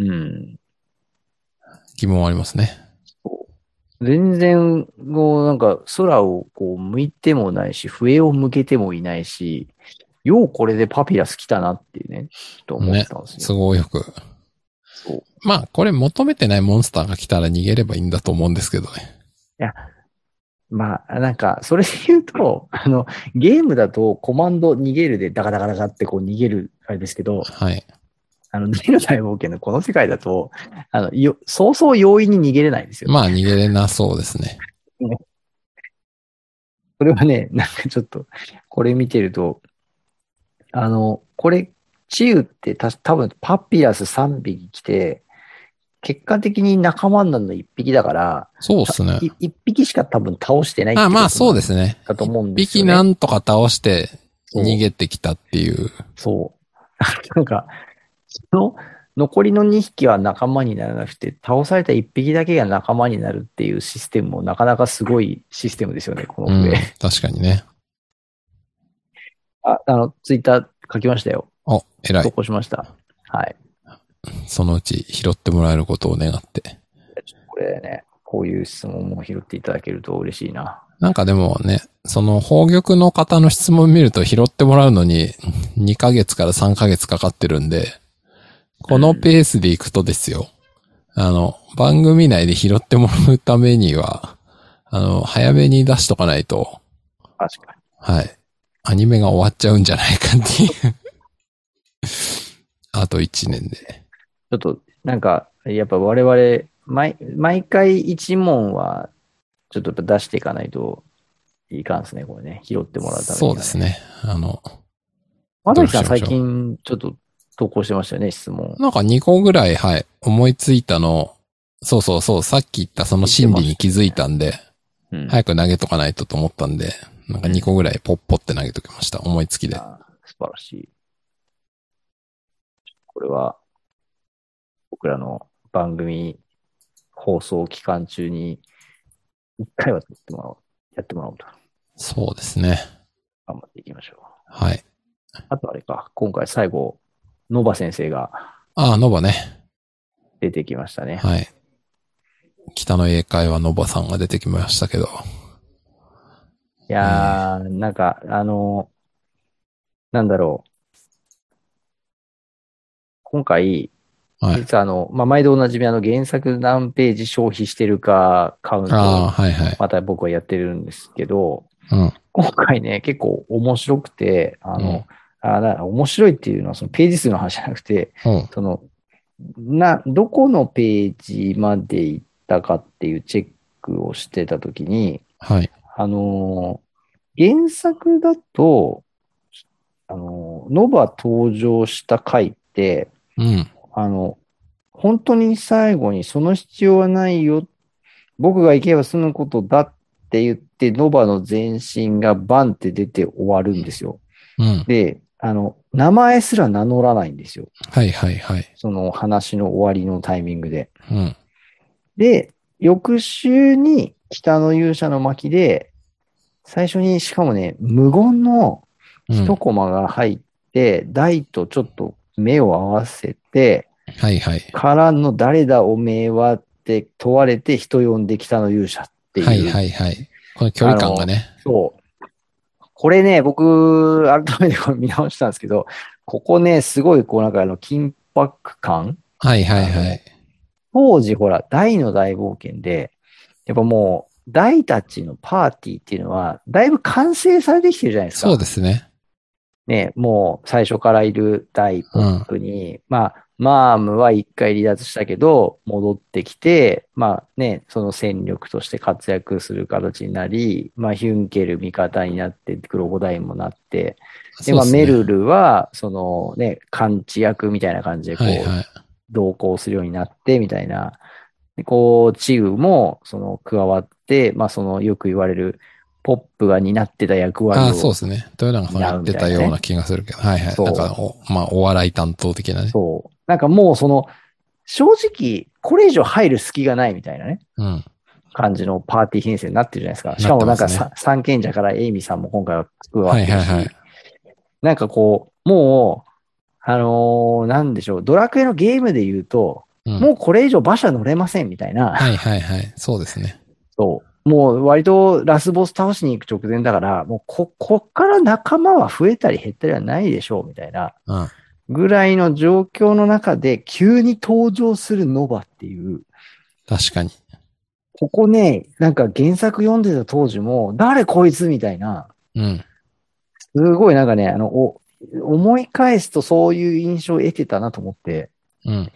S2: うん。
S1: 疑問はありますね。
S2: 全然、もうなんか空をこう向いてもないし、笛を向けてもいないし、ようこれでパピラス来たなっていうね、ちょっと思ったんです
S1: 都
S2: よ。
S1: 合よく。
S2: そう
S1: まあ、これ求めてないモンスターが来たら逃げればいいんだと思うんですけどね。
S2: まあ、なんか、それで言うと、あの、ゲームだとコマンド逃げるでダカダカダカってこう逃げるあれですけど、
S1: はい。
S2: あの、逃げる大冒険のこの世界だと、あの、よ、そうそう容易に逃げれないんですよ。
S1: まあ、逃げれなそうですね。
S2: それはね、なんかちょっと、これ見てると、あの、これ、チウってた多分パピラス3匹来て、結果的に仲間になるの1匹だから、
S1: そうですね。
S2: い1匹しか多分倒してないって
S1: あ
S2: こと
S1: まあ、そうですね。
S2: だと思うん
S1: 一
S2: です
S1: 匹
S2: よね。
S1: なんとか倒して
S2: そう
S1: 逃げてきたっていう。
S2: そう。 なんか、その残りの2匹は仲間にならなくて、倒された1匹だけが仲間になるっていうシステムもなかなかすごいシステムですよね、この
S1: う
S2: プレイ
S1: ん。確かにね。
S2: あ、あの、ツイッター書きましたよ。
S1: お、偉
S2: 投
S1: い。
S2: 稿しました。はい。
S1: そのうち拾ってもらえることを願って。
S2: これね、こういう質問も拾っていただけると嬉しいな。
S1: なんかでもね、その、宝玉の方の質問見ると拾ってもらうのに、2ヶ月から3ヶ月かかってるんで、このペースで行くとですよ、あの、番組内で拾ってもらうためには、あの、早めに出しとかないと、
S2: 確かに。
S1: はい。アニメが終わっちゃうんじゃないかっていう。 あと1年で。
S2: ちょっと、なんか、やっぱ我々、毎、毎回一問は、ちょっとやっぱ出していかないといかんですね、これね。拾ってもらうために、
S1: そうです。ね。あの、
S2: まさきさん
S1: どう
S2: 最
S1: しましょ
S2: 近、ちょっと投稿してましたよね、質問。
S1: なんか2個ぐらい、はい、思いついたの、そうそうそう、さっき言ったその心理に気づいたんで、
S2: うん。い。
S1: 早く投げとかないとと思ったんで、なんか2個ぐらいポッポって投げときました。思いつきで。
S2: 素晴らしい。これは、僕らの番組放送期間中に、一回はやってもらおう。やってもらおうと。
S1: そうですね。
S2: 頑張っていきましょう。
S1: はい。
S2: あとあれか、今回最後、ノバ先生が
S1: ああ、ノバね。
S2: 出てきましたね。
S1: はい。北の英会話ノバさんが出てきましたけど。
S2: いやー、なんか、あの、なんだろう。今回、
S1: はい。
S2: 実はあの、まあ、毎度おなじみあの原作何ページ消費してるかカウント
S1: ああ、
S2: を
S1: はいはい。
S2: また僕はやってるんですけど、
S1: うん。
S2: 今回ね、結構面白くて、あの、あな面白いっていうのはそのページ数の話じゃなくて、
S1: うん。
S2: その、な、どこのページまで行ったかっていうチェックをしてたときに、
S1: はい。
S2: あのー原作だと、あのーノバ登場した回って、
S1: うん。
S2: あの、本当に最後にその必要はないよ、僕が行けば済むことだって言って、ノバの前身がバンって出て終わるんですよ。
S1: うん。
S2: で、あの、名前すら名乗らないんですよ。
S1: はいはいはい。
S2: その話の終わりのタイミングで。
S1: うん。
S2: で、翌週に北の勇者の巻で、最初にしかもね、無言の
S1: うん。
S2: 一コマが入って、大とちょっと目を合わせて、
S1: はいはい。
S2: からの誰だおめえはって問われて人呼んで北の勇者っていう。
S1: はいはいはい。この距離感がね。
S2: そう。これね、僕、改めてこれ見直したんですけど、ここね、すごいこうなんかあの緊迫感
S1: はいはいはい。
S2: 当時ほら、大の大冒険で、やっぱもう、大たちのパーティーっていうのは、だいぶ完成されてきてるじゃないですか。
S1: そうですね。
S2: ね、もう最初からいる大ポップに、まあ、マームは一回離脱したけど、戻ってきて、まあね、その戦力として活躍する形になり、まあヒュンケル味方になって、クロコダインもなって、で、
S1: そう
S2: まあ
S1: すね
S2: メルルは、そのね、勘違役みたいな感じで、こう、
S1: はいはい。
S2: 同行するようになって、みたいな。でこう、チウも、その、加わって、まあ、その、よく言われる、ポップが担ってた役割を。
S1: ああ、そうですね。豊永さんが言ってたような気がするけど。はいはい。
S2: そう
S1: なんかお、まあ、お笑い担当的なね。
S2: そうなんかもう、その、正直、これ以上入る隙がないみたいなね、
S1: うん。
S2: 感じのパーティー編成になってるじゃないですか。しかも、なん
S1: な
S2: か
S1: ってます
S2: さ、三賢者からエイミさんも今回は加わっ
S1: は
S2: て
S1: い
S2: るし、
S1: はいはい。
S2: なんかこう、もう、あのーなんでしょう、ドラクエのゲームで言うと、
S1: うん
S2: もうこれ以上馬車乗れませんみたいな、
S1: はいはいはい。そうですね。
S2: そう。もう割とラスボス倒しに行く直前だから、もうこ、こっから仲間は増えたり減ったりはないでしょう、みたいな
S1: うん。
S2: ぐらいの状況の中で、急に登場するノバっていう、
S1: 確かに。
S2: ここね、なんか原作読んでた当時も、誰こいつみたいな、
S1: うん。
S2: すごいなんかね、あの、お思い返すとそういう印象を得てたなと思って、
S1: うん。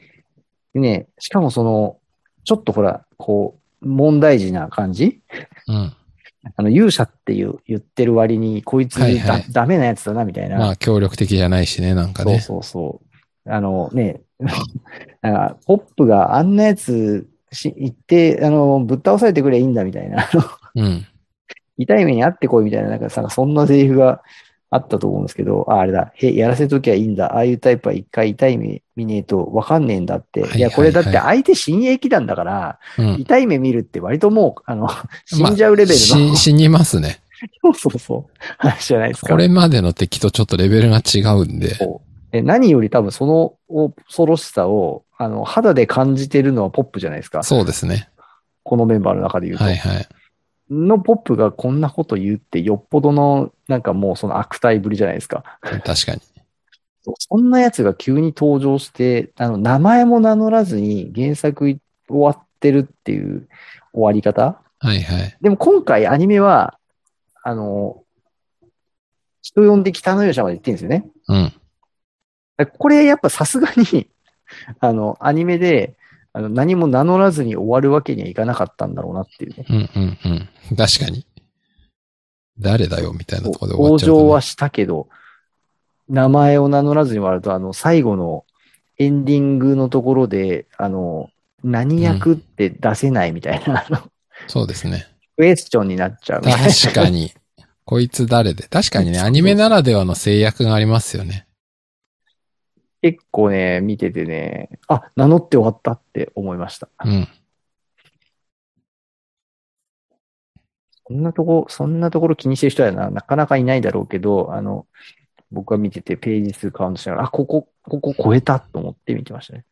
S2: でね、しかもその、ちょっとほら、こう、問題児な感じ
S1: うん。
S2: あの、勇者っていう言ってる割に、こいつだ、
S1: はいはい
S2: ダメなやつだな、みたいな。
S1: まあ、協力的じゃないしね、なんか
S2: そう
S1: ね。
S2: そうそう。あのね、 なんか、ポップがあんなやつし言って、あの、ぶっ倒されてくれゃいいんだ、みたいな。あの
S1: うん。
S2: 痛い目にあってこい、みたいな、なんかさ、そんなセリフが、あったと思うんですけど、あ、あれだ、へ、やらせときゃいいんだ、ああいうタイプは一回痛い目見ねえとわかんねえんだって。
S1: はい
S2: いや、これだって
S1: はい
S2: 相手親衛騎団だから、
S1: うん。
S2: 痛い目見るって割ともう、あの、死んじゃうレベルの、
S1: し死にますね。
S2: そうそうそう、話じゃないですか。
S1: これまでの敵とちょっとレベルが違うんで。
S2: そうで何より多分その恐ろしさを、あの、肌で感じてるのはポップじゃないですか。
S1: そうですね。
S2: このメンバーの中で言うと。
S1: はいはい。
S2: のポップがこんなこと言うってよっぽどの、なんかもうその悪態ぶりじゃないですか。
S1: 確かに。
S2: そんなやつが急に登場して、あの、名前も名乗らずに原作終わってるっていう終わり方
S1: はいはい。
S2: でも今回アニメは、あの、人呼んで北の勇者まで行ってるんですよね。
S1: うん。
S2: これやっぱさすがに、 あの、アニメで、あの、何も名乗らずに終わるわけにはいかなかったんだろうなっていうね。
S1: うんうんうん。確かに。誰だよみたいなところで終わっ
S2: 登
S1: ちゃうとね、
S2: 場はしたけど、名前を名乗らずに終わると、あの、最後のエンディングのところで、あの、何役って出せないみたいな、あの
S1: そうですね。
S2: クエスチョンになっちゃうみたいな。
S1: 確かに。こいつ誰で。確かにね、アニメならではの制約がありますよね。
S2: 結構ね、見ててね、あ、名乗って終わったって思いました。
S1: うん。
S2: そんなとこ、そんなところ気にしてる人はな、なかなかいないだろうけど、あの、僕が見ててページ数カウントしながら、あ、ここ、ここ超えたと思って見てましたね。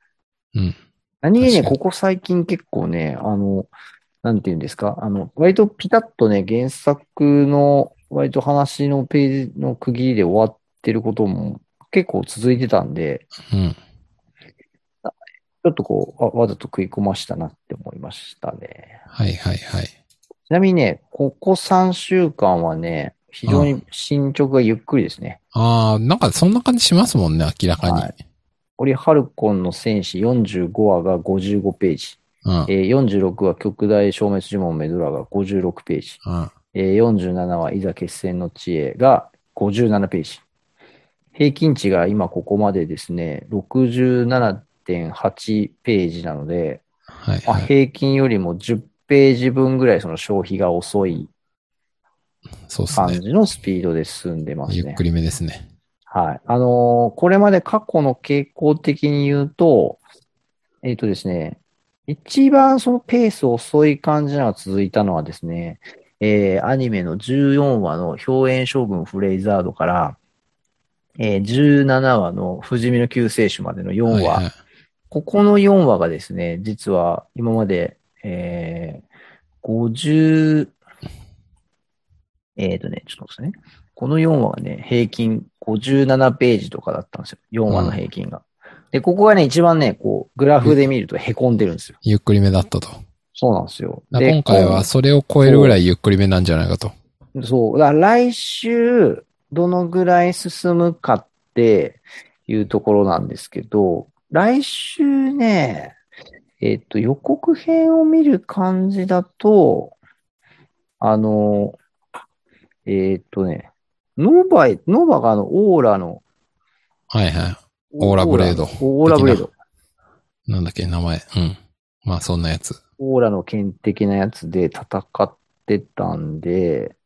S1: うん。
S2: 何気にね、
S1: 確かに
S2: ここ最近結構ね、あの、なんていうんですか、あの、割とピタッとね、原作の、割と話のページの区切りで終わってることも結構続いてたんで、
S1: うん。
S2: ちょっとこう、あわざと食い込ましたなって思いましたね。
S1: はいはいはい。
S2: ちなみにね、ここ3週間はね、非常に進捗がゆっくりですね。
S1: あー、なんかそんな感じしますもんね、明らかに。
S2: はいオリハルコンの戦士45話が55ページ、えー46話極大消滅呪文メドラが56ページ、
S1: うん。うん。
S2: えー47話、いざ決戦の知恵が57ページ。平均値が今ここまでですね、67.8ページなので、
S1: はい、
S2: まあ、
S1: はい。
S2: 平均よりも10ページ分ぐらいその消費が遅い
S1: そうです
S2: 感
S1: ね。
S2: じのスピードで進んでます
S1: ゆ
S2: ね
S1: っく。りめですね。
S2: はい。あのーこれまで過去の傾向的に言うと、えっ、とですね、一番そのペース遅い感じなのが続いたのはですね、えーアニメの14話の表演将軍フレイザードから、えー17話の不死身の救世主までの4話、
S1: はいはい。
S2: ここの4話がですね、実は今まで、えー、50、えっ、とね、ちょっとですね。この4話はね、平均57ページとかだったんですよ。4話の平均が。で、ここがね、一番ね、こう、グラフで見ると凹んでるんですよ。
S1: ゆっくりめだったと。
S2: そうなんですよ。
S1: だ
S2: で
S1: 今回はそれを超えるぐらいゆっくりめなんじゃないかと。
S2: そう。だから来週、どのぐらい進むかっていうところなんですけど、来週ね、えっと、予告編を見る感じだと、あの、えっとね、ノーバイ、ノーバがあの、オーラの、
S1: はいはオーラブレード
S2: オーラブレード。
S1: い。なんだっけ、名前。うん。まあそんなやつ。
S2: オーラの剣的なやつで戦ってたんで、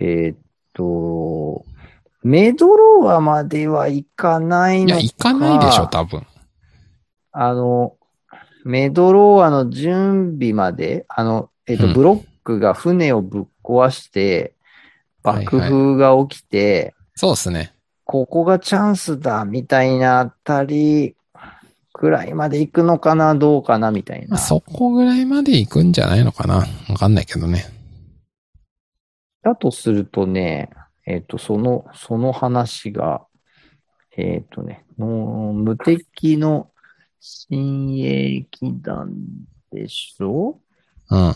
S2: えーっと、メドローアまではいかない
S1: い
S2: の
S1: や、
S2: か。
S1: 行かないでしょ、多分。
S2: あの、メドローアの準備まで、あの、えーっと、
S1: うん
S2: ブロックが船をぶっ壊し
S1: は
S2: て、
S1: いはい
S2: 爆風が起きて、
S1: そうですね。
S2: ここがチャンスだ、みたいなあたり、くらいまで行くのかな、どうかな、みたい
S1: まあ
S2: な。
S1: そこぐらいまで行くんじゃないのかな。わかんないけどね。
S2: だとするとね、えっ、と、その、その話が、えっ、とね、の無敵の新鋭騎団でしょ
S1: うん。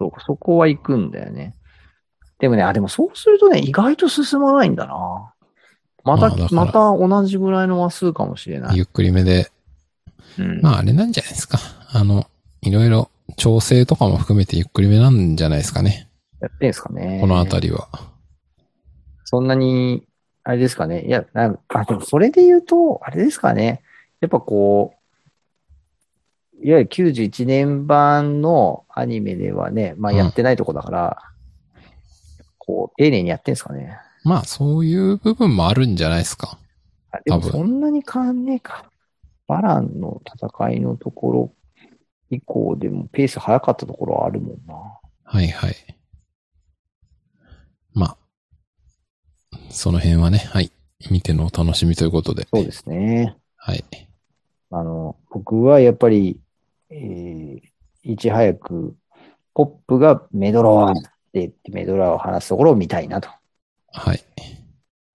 S2: そうそこは行くんだよね。でもね、あ、でもそうするとね、意外と進まないんだな。ま
S1: ま
S2: た、
S1: あだから
S2: また同じぐらいの話数かもしれない。
S1: ゆっくりめで。
S2: うん
S1: まああれなんじゃないですか。あの、いろいろ調整とかも含めてゆっくりめなんじゃないですかね。
S2: やってんすかね。
S1: このあたりは。
S2: そんなに、あれですかね。いや、なんあ、でもそれで言うと、あれですかね。やっぱこう、いわゆる91年版のアニメではね、まあ
S1: うん
S2: やってないとこだから、こう、丁寧にやってんすかね。
S1: まあ、そういう部分もあるんじゃないですか。
S2: あでも
S1: 多分
S2: そんなに変わんねえか。バランの戦いのところ以降でもペース早かったところはあるもんな。
S1: はいはい。まあ、その辺はね、はい。見てのお楽しみということで。
S2: そうですね。
S1: はい。
S2: あの、僕はやっぱり、えーいち早く、ポップがメドラーって言ってメドラーを話すところを見たいなと
S1: はい。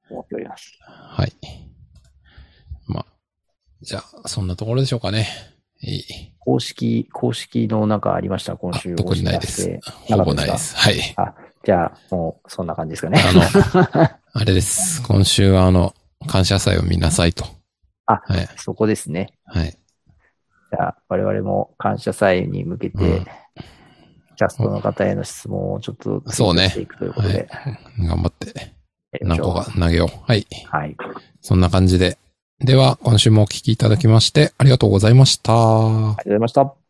S2: 思っております。
S1: はい。まあ、じゃあ、そんなところでしょうかね。いい
S2: 公式、公式のなんかありました今
S1: あ
S2: 週。
S1: 特にないです。ほ
S2: なかった
S1: ぼ
S2: ですか
S1: ないです。はい。
S2: じゃあ、もう、そんな感じですかね。
S1: あの、 あれです。今週はあの、感謝祭を見なさいと。
S2: あ
S1: はい。
S2: そこですね。
S1: はい。
S2: じゃあ、我々も感謝祭に向けて、
S1: うん
S2: キャストの方への質問をちょっと
S1: そうね
S2: していくということで、
S1: 頑張って、
S2: やり
S1: 何
S2: ましょう
S1: 個か投げよう。はい。
S2: はい。
S1: そんな感じで。では、今週もお聞きいただきまして、ありがとうございました。
S2: ありがとうございました。